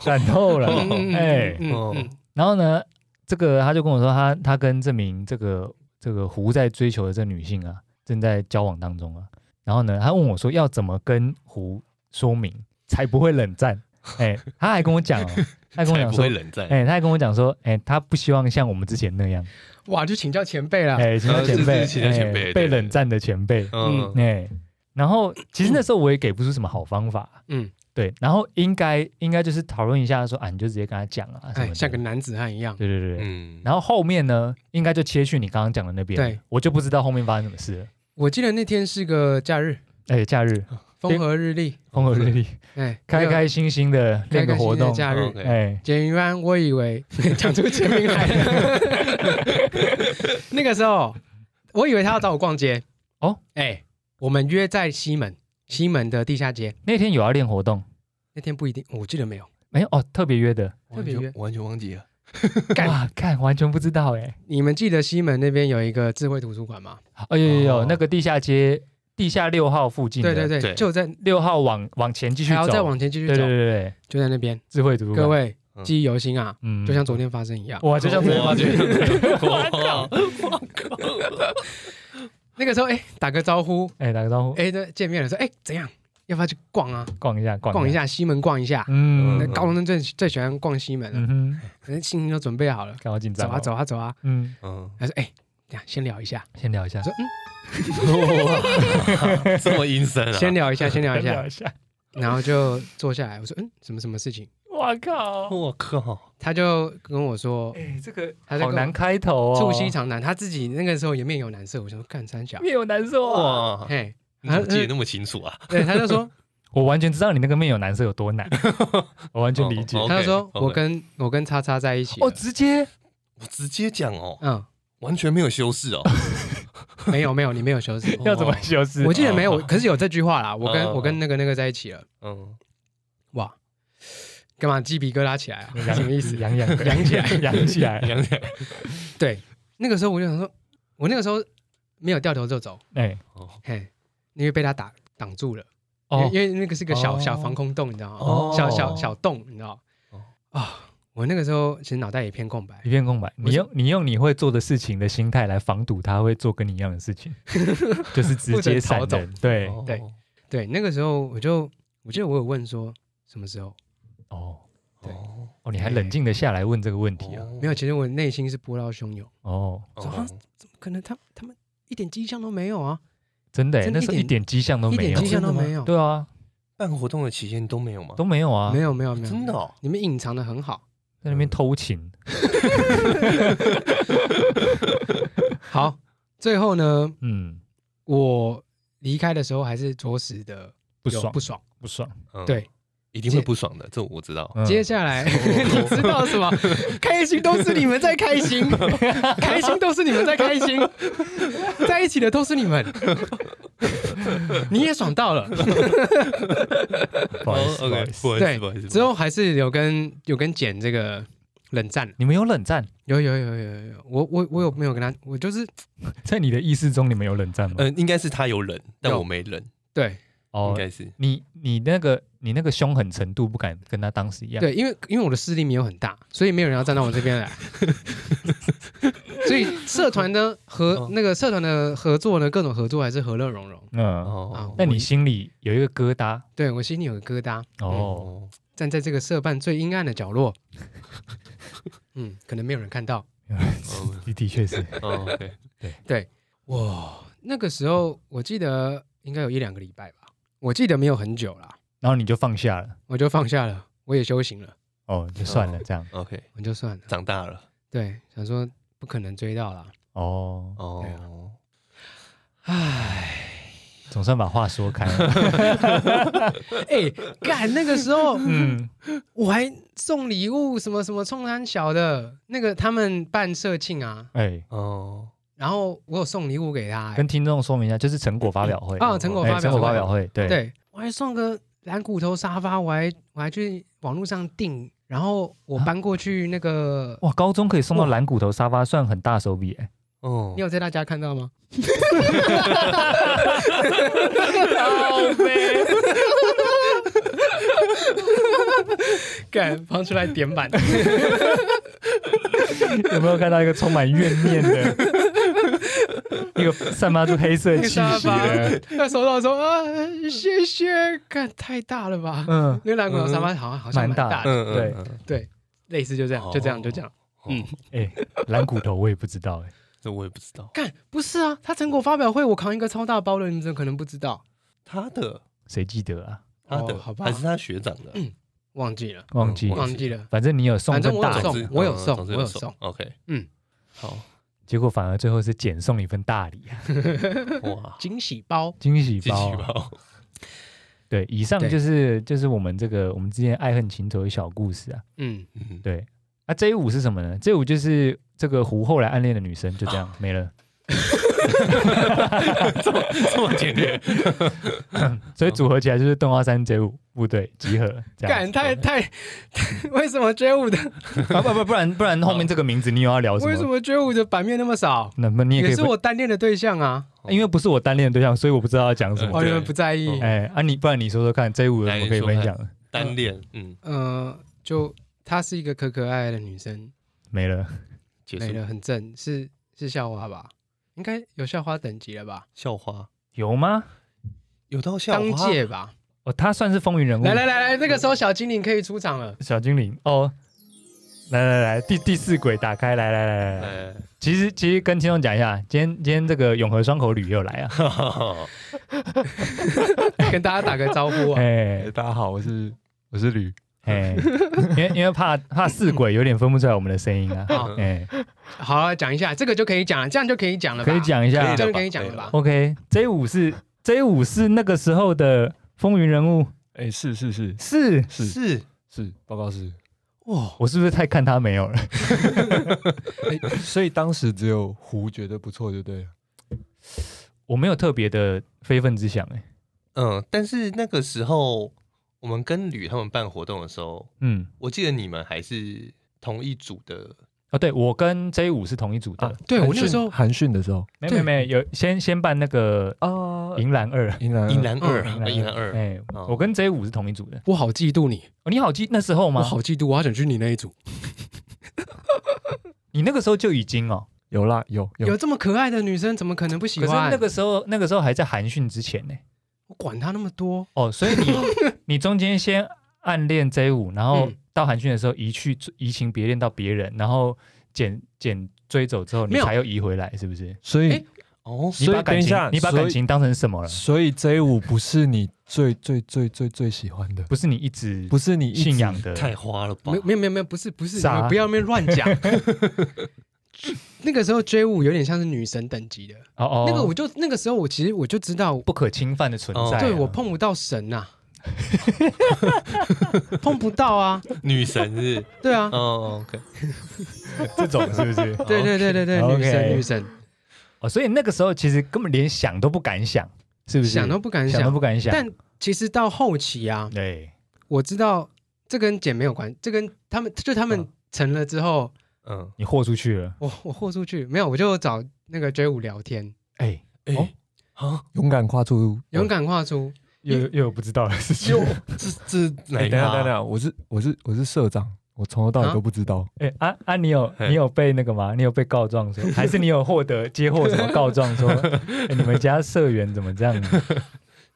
染透了，嗯嗯嗯哎嗯哦嗯嗯然后呢，这个他就跟我说他，他跟这名这个这个胡在追求的这女性啊，正在交往当中啊。然后呢，他问我说要怎么跟胡说明才不会冷战？哎，他还跟我讲、哦，他还跟我才讲不说会，冷战，哎，他还跟我讲说，哎，他不希望像我们之前那样，哇，就请教前辈啊了，哎，请教呃前是辈，是请教前辈哎对被冷战的前辈，嗯，哎。然后其实那时候我也给不出什么好方法，嗯，对。然后应该应该就是讨论一下说啊，你就直接跟他讲啊什么哎，的，像个男子汉一样，对对对对，嗯，然后后面呢，应该就切去你刚刚讲的那边，对，我就不知道后面发生什么事了。我记得那天是个假日，哎，假日风和日丽，风和日丽，哎，开那个开心心的开练个开活心心的动，假日， OK 哎，简云安，我以为 讲出全名 来了。那个时候，我以为他要找我逛街。哦，哎、我们约在西门，西门的地下街。那天有要练活动，那天不一定，我记得没有。没有哦，特别约的，特别约我完全忘记了，干哇，看完全不知道哎，你们记得西门那边有一个智慧图书馆吗？哦有有有，哦那个地下街地下六号附近的，对对对，对就在六号往往前继续还要走，再往前继续对走，对对对对，就在那边。智慧图书馆各，位嗯记忆犹新啊，嗯就像昨天发生一样。哇，啊就像昨天 发我生，我靠，那个时候，哎、打个招呼， 哎，打个招呼，哎、那见面了，说，哎、怎样？要不要去逛啊？逛一下，逛逛一，下西门，逛一下。嗯那高中生最最喜欢逛西门了，嗯哼，可能心情都准备好了。看我紧走张，啊走，啊走啊！哦嗯，嗯，他说：“哎、等一下先聊一下。先聊一下我，说：“这么阴森嗯，啊，先聊一 下，先聊一先聊下一。下，”然后就坐下来，我说：“嗯，什么什么事情我靠，我靠，？”他就跟我说哎、这个还在好跟我难开头哦，促膝长谈，他自己那个时候也面有难色。我想说干三小，面有难受啊！呃哇，嘿，你怎么记得那么清楚啊？ 对，他就说我完全知道你那个面有难色有多 难，我完全理解。哦他就说 OK，OK 我跟我跟叉叉在一起了，哦，直接我直接讲哦，嗯，完全没有修饰哦。，没有没有，你没有修饰 要怎么哦修饰？我记得没有，可是有这句话啦，我跟哦我跟那个那个在一起了，嗯，哇，干嘛鸡皮疙瘩起来啊？痒什么意思？ 痒痒的痒起来痒 起来，两点对，那个时候我就想说，我那个时候没有掉头就走，哎，哦，嘿，因为被他打挡住了，因为哦，因为那个是个小哦小防空洞，你知道吗？哦小小小洞，你知道哦啊，我那个时候其实脑袋一片空白，一片空白。我你是用你用你会做的事情的心态来防堵他会做跟你一样的事 情，就是直或者接逃闪走哦人。对，哦对对，那个时候我就我记得我有问说什么时候哦对哦，哦，你还冷静的下来问这个问题啊？哦没有，其实我内心是波涛汹涌，哦，说啊怎么可能他他们一点迹象都没有啊，真的耶，真的那时候一一点点迹象都一没点有迹，象都没有，对啊，办活动的期间都没有吗？都没有啊，没有没有没有，真的哦，你们隐藏的很好。在那边偷情。好，最后呢，嗯，我离开的时候还是着实的不爽不爽。不爽。嗯对，一定会不爽的，这我知道。嗯接下 来 你知道什么？开心都是你们在开 心，开心都是你们在开心，在一起的都是你们，你也爽到了。不好意思，哦不好 OK，意思，不好意对思，不好意思，之后还是有跟有跟简这个冷战，你们有冷战，有有有有有有，我我我有没有跟他？我就是在你的意识中，你们有冷战吗？呃嗯，应该是他有忍，但有我没忍，对应哦，该是你你那个你那个凶狠程度不敢跟他当时一样。对，因为因为我的势力没有很大，所以没有人要站到我这边 来。所以社团的合哦那个社团的合作呢，各种合作还是和乐融融。嗯，哦啊。那你我心里有一个疙瘩对我心里有个疙瘩，哦，站在这个社办最阴暗的角 落，嗯，可能没有人看到。哦 的的确是，哦，OK，哇，那个时候我记得应该有一两个礼拜吧，我记得没有很久啦，然后你就放下了，我就放下了，我也修行了，哦，就算了这样， OK，我就算了。 长大了对，想说不可能追到啦，哦，对哦。唉，总算把话说开了， 哎，干那个时候嗯，我还送礼物，什么什么冲山小的，那个他们办社庆啊，哎，哦，然后我有送礼物给他、欸跟，听众说明一下，就是成果发表会啊成果发表哎成果发表会，对，对我还送个蓝骨头沙发，我还我还去网络上订，然后啊我搬过去那个，哇，高中可以送到蓝骨头沙发，算很大手笔 哎，哦你，有在他家看到吗？敢放出来点 满，有没有看到一个充满怨念 的，一个散发出黑色气沙息发的？他收到说啊，谢谢，干太大了吧？嗯，那个蓝骨头沙发好像好像蛮蛮大大的，嗯对嗯嗯类似就这样，就这样，哦就这样。嗯嗯，哎，蓝骨头我也不知道哎，这我也不知道。干不是啊，他成果发表会我扛一个超大包的，你怎么可能不知道？他的谁记得啊？他的哦好吧还是他学长的，嗯忘记了，忘记嗯了，忘记了。反正你有送反正份我有大送总之我有嗯送总之我有送送。 OK，嗯， 好，结果反而最后是简送你一份大礼啊，哇，惊喜包，惊喜继包续啊。吧。对，以上对就是就是我们这个我们之间爱恨情仇的小故事啊。嗯，嗯，对，那、这一五是什么呢？这一五就是这个胡后来暗恋的女生，就 这样、没了。这么这么简略。哦所以组合起来就是动画三 J 五部队 集合这干样。太太，为什么 J 五的啊不不不然不然后面这个名字你有要聊什么？为什么 J 五的版面那么少？那么你也可也以是不，我单恋的对象啊，因为不是我单恋的对象，所以我不知道要讲什么。哦，对你们不在意嗯，哎啊你不然你说说看，这五有什么可以分享？单恋，嗯，呃，就她是一个可可爱爱的女生，没了，结美束了。很正，是是校花吧？应该有校花等级了吧？校花有吗？有到校当花，届吧？哦，他算是风云人物。来来来来，那个时候小精灵可以出场了。小精灵哦，来来来，第第四轨打开，来来来来来。哎，其实其实跟听众讲一下，今天今天这个永和双口旅又来啊，跟大家打个招 呼啊！哎大家好，我是我是吕，哎，因为因为怕怕四鬼有点分不出来我们的声音啊，好哎，好啊，讲一下这个就可以讲了，这样就可以讲了吧？可以讲一下这样就可以讲了吧？ ，OK，J 五是 J 五是那个时候的风云人物，哎，是是是是是是是，报告是。哇，我是不是太看他没有了？哎，所以当时只有胡觉得不错，对不对了？我没有特别的非分之想哎、嗯，但是那个时候我们跟吕他们办活动的时候，嗯，我记得你们还是同一组的，哦，对我跟 J 五是同一组的，啊对我寒那训时候寒训的时候没有没有没有，有先先办那个啊，银兰二，银兰银兰二，银兰啊银兰二，哎、哦我跟 J 五是同一组的。我好嫉妒你，哦，你好记那时候我吗？好嫉妒，我好想去你那一组。你那个时候就已经哦，有啦有有有这么可爱的女生，怎么可能不喜可欢是？那个时候那个时候还在寒训之前呢、我管她那么多，哦，所以你你中间先暗恋 J 五，然后嗯到寒训的时候移去移情别恋到别人，然后捡捡追走之后，你没有才又移回来，是不是？所以哎哦，你所以把等感一情下你把所以感情当成什么了？所以 J 五不是你最最最最最喜欢的，不是你一直不是你一直信仰的，太花了吧没？有没有没有没有，不是不是，你傻们不要那边乱讲。那个时候 J 五有点像是女神等级的，哦哦，那个我就那个时候我其实我就知道，不可侵犯的存在、哦啊对我碰不到神 呐、碰不到啊，女神是，对啊，哦，OK，这种是不是？对对对对对，女神 OK 女神，哦，所以那个时候其实根本连想都不敢想，是不是？想都不敢想都想。不敢想。哎但其实到后期啊，对，我知道这跟姐没有关，这跟他们就他们嗯成了之后，嗯，你豁出去了，我我豁出去没有，我就找那个 J 五聊天，哎，哎，啊，勇敢跨出哦勇敢跨出，又又有不知道的事情就。这这哪哎，一啊等一下等趴一？下，我是我是我是社长，我从头到尾啊都不知道。哎，啊啊，你有嘿你有被那个吗？你有被告状说，还是你有获得接获什么告状说，哎你们家社员怎么这样？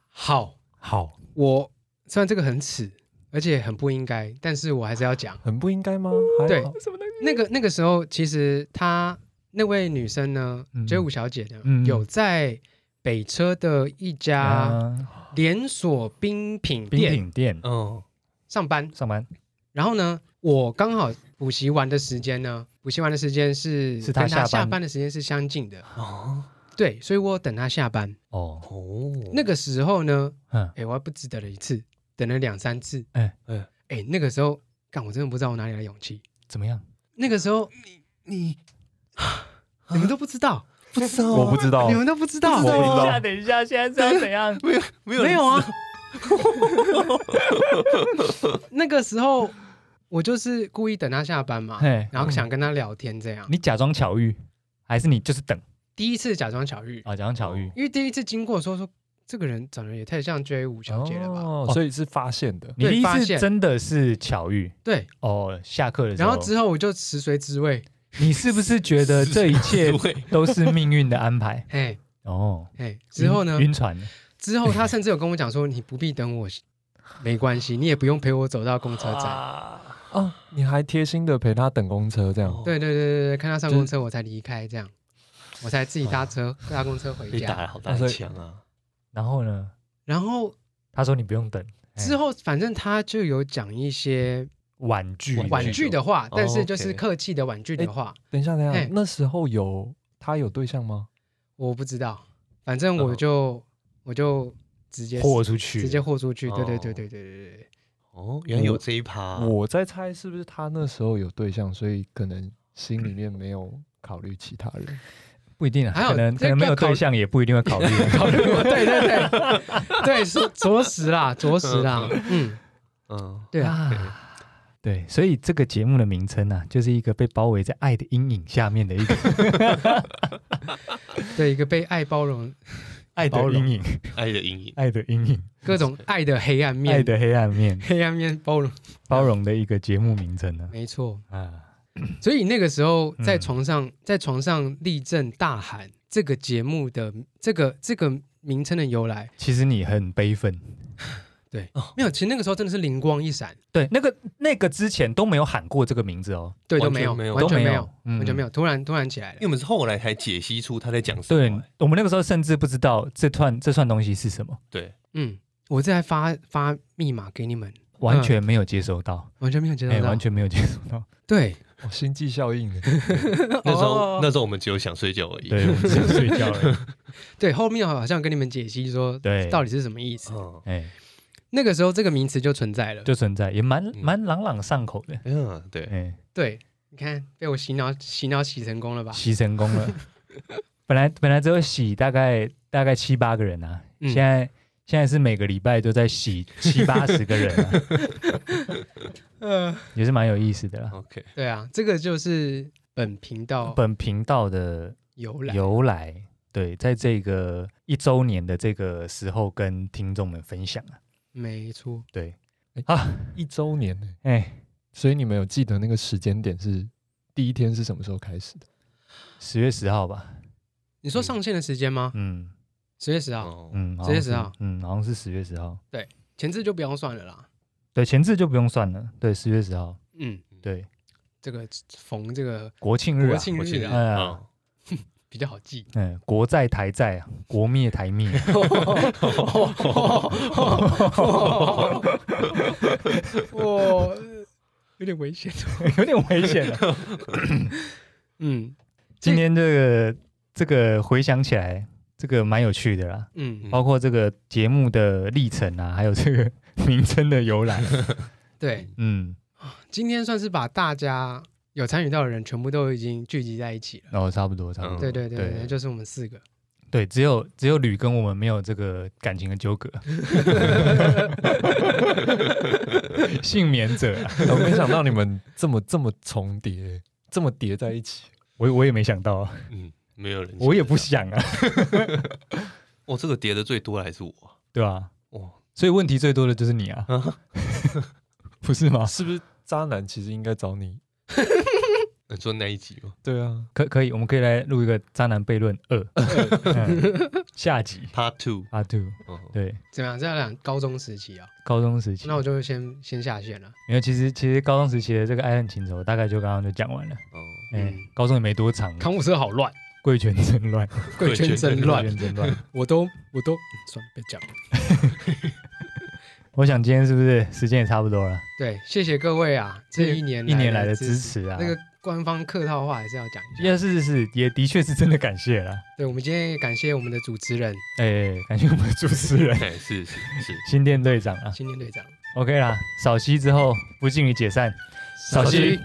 好，好，我虽然这个很耻，而且很不应该，但是我还是要讲。嗯很不应该吗？对还好，什么东西？那个那个时候，其实她那位女生呢嗯，J 五小姐呢，嗯有在北车的一家啊，连锁冰品冰店品店嗯，上班。上班然后呢，我刚好补习完的时间呢，补习完的时间是是她跟她下班下班的时间是相近的，哦对，所以我等她下班。哦，哦，那个时候呢，嗯，哎，我还不止等了一次，等了两三次。哎哎哎，那个时候，干，我真的不知道我哪里来勇气。怎么样？那个时候你你们都不知道，不知道啊，我不知道你，们都不知道，不知道等一下，等一下，现在是要怎样？没有没有没人有啊。那个时候我就是故意等他下班嘛， 嘿，嗯然后想跟他聊天这样。你假装巧遇，还是你就是等第一次假装巧遇，啊？假装巧遇，因为第一次经过的时候说这个人长得也太像 J 五小姐了吧？哦哦所以是发现的。你对第一发次现真的是巧遇对，哦，下课的时然候，后之后我就食髓知味，你是不是觉得这一切 对都是命运的安排？嘿，哦，嘿。之后呢晕？晕船了之后他甚至有跟我讲说，你不必等我，没关系，你也不用陪我走到公车站。啊，哦，你还贴心的陪他等公车，这样哦对对对对对，看他上就是公车我才离开，这样我才自己搭车搭公车回被打家。了好大一枪啊！然后呢？然后他说你不用等，哎之后反正他就有讲一些婉拒婉婉拒的话，哦但是就是，OK 客气的婉拒的话，等一下，等一哎下，那时候有他有对象吗？我不知道，反正我就我就直接豁出去，直接豁出去，对对哦对对对对对对，哦，原来有这一啊趴，我在猜是不是他那时候有对象，所以可能心里面没有考虑其他人。不一定啊，还有可能这可能没有要考对象也不一定会 考虑。考虑过，对对对对，是着实啦，着实啦，嗯，嗯，对啊， 啊对，所以这个节目的名称呢、啊，就是一个被包围在爱的阴影下面的一个 对一个被爱包容爱包的容阴影，爱的阴影，爱的阴影，各种爱的黑暗爱面，的黑暗面， 黑暗面包容，包容的一个节目名称呢、没错。啊。啊，所以那个时候在嗯床上，在床上立正大喊这个节目的这个这个名称的由来，其实你很悲愤，没有，其实那个时候真的是灵光一闪，对，那个那个之前都没有喊过这个名字哦，对，完都没全有，没有完都全没没有嗯有，，完全没有。有，突然突然起来因为了，我们是后来才解析出他在讲什对么，我们那个时候甚至不知道这串这串东西是什么，对，嗯，我再发发密码给你们，完全没有接收到，完全没有接哎、到到，完嗯全没有接收到。对，哦，星际效应，那时哦候那时候我们只有想睡觉而已，对，我们只有睡觉了。对，后面好像跟你们解析说对，到底底是什么意思，嗯，哎、那个时候这个名词就存在了。就存在，也蛮蛮朗朗上口的。嗯，对，嗯，嗯对，你看被我洗脑洗脑洗成功了吧？洗成功了。 本来本来只有洗大概大概七八个人啊，嗯现在现在是每个礼拜都 在洗七八十个人、啊，呃，也是蛮有意思的啦。 OK，对啊，这个就是本频道本频道的由来。由来，对，在这个一周年的这个时候跟听众们分享啊，没错，对， 啊一周年呢，哎，所以你们有记得那个时间点是第一天是什么时候开始的？十月十号吧，你说上线的时间吗？嗯十月十号，哦，嗯， 10月好像是10号嗯，好像是十月十号，前置就不用算了啦。对，前置就不用算了，对，十月十号，嗯，对，这个逢这个国庆日国啊，庆我记日得啊哎呀啊，比较好记。嗯，国在台在啊，国灭台灭，哇，有点危险。 有点危险啊了、嗯 今天这个这个回想起来，这个蛮有趣的啦，嗯，包括这个节目的历程啊，还有这个 名称的由 来，对，嗯，今天算是把大家有参与到的人全部都已经聚集在一起了。然、后哦差不多差不多，嗯对对对对对，就是我们四个。对，只有只有吕跟我们没有这个感情的纠 葛，幸免者、啊， 我没想到你们这么这么重叠，这么叠在一起。我我也没想到啊，嗯，没有人，我也不，想啊，我这个叠的最多的还是我哦啊，对吧、哇，所以问题最多的就是你啊，嗯 不是吗？是不是渣男其实应该找你？你说那一集吗？对啊，可可以，我们可以来录一个《渣男悖论二》嗯下集 Part Two， Part Two。嗯，对，怎么样？这要讲高中时期啊，高中时期，那我就先先下线了。因为其实其实高中时期的这个爱恨情仇，大概就刚刚就讲完了。哦，嗯，嗯高中也没多长，啊康复社好乱，贵圈 真乱，贵圈真乱贵，圈真乱。我都我都算了，别讲了。我想今天是不是时间也差不多了？对，谢谢各位啊，这一年一年来的支支持啊，那个官方客套话还是要讲一下。也是是也的确是真的感谢了。对，我们今天也感谢我们的主持人哎，感谢我们的主持人哎，是是是，新店队长啊青年队长，OK 啦，扫息之后不敬礼解散，扫扫息兴。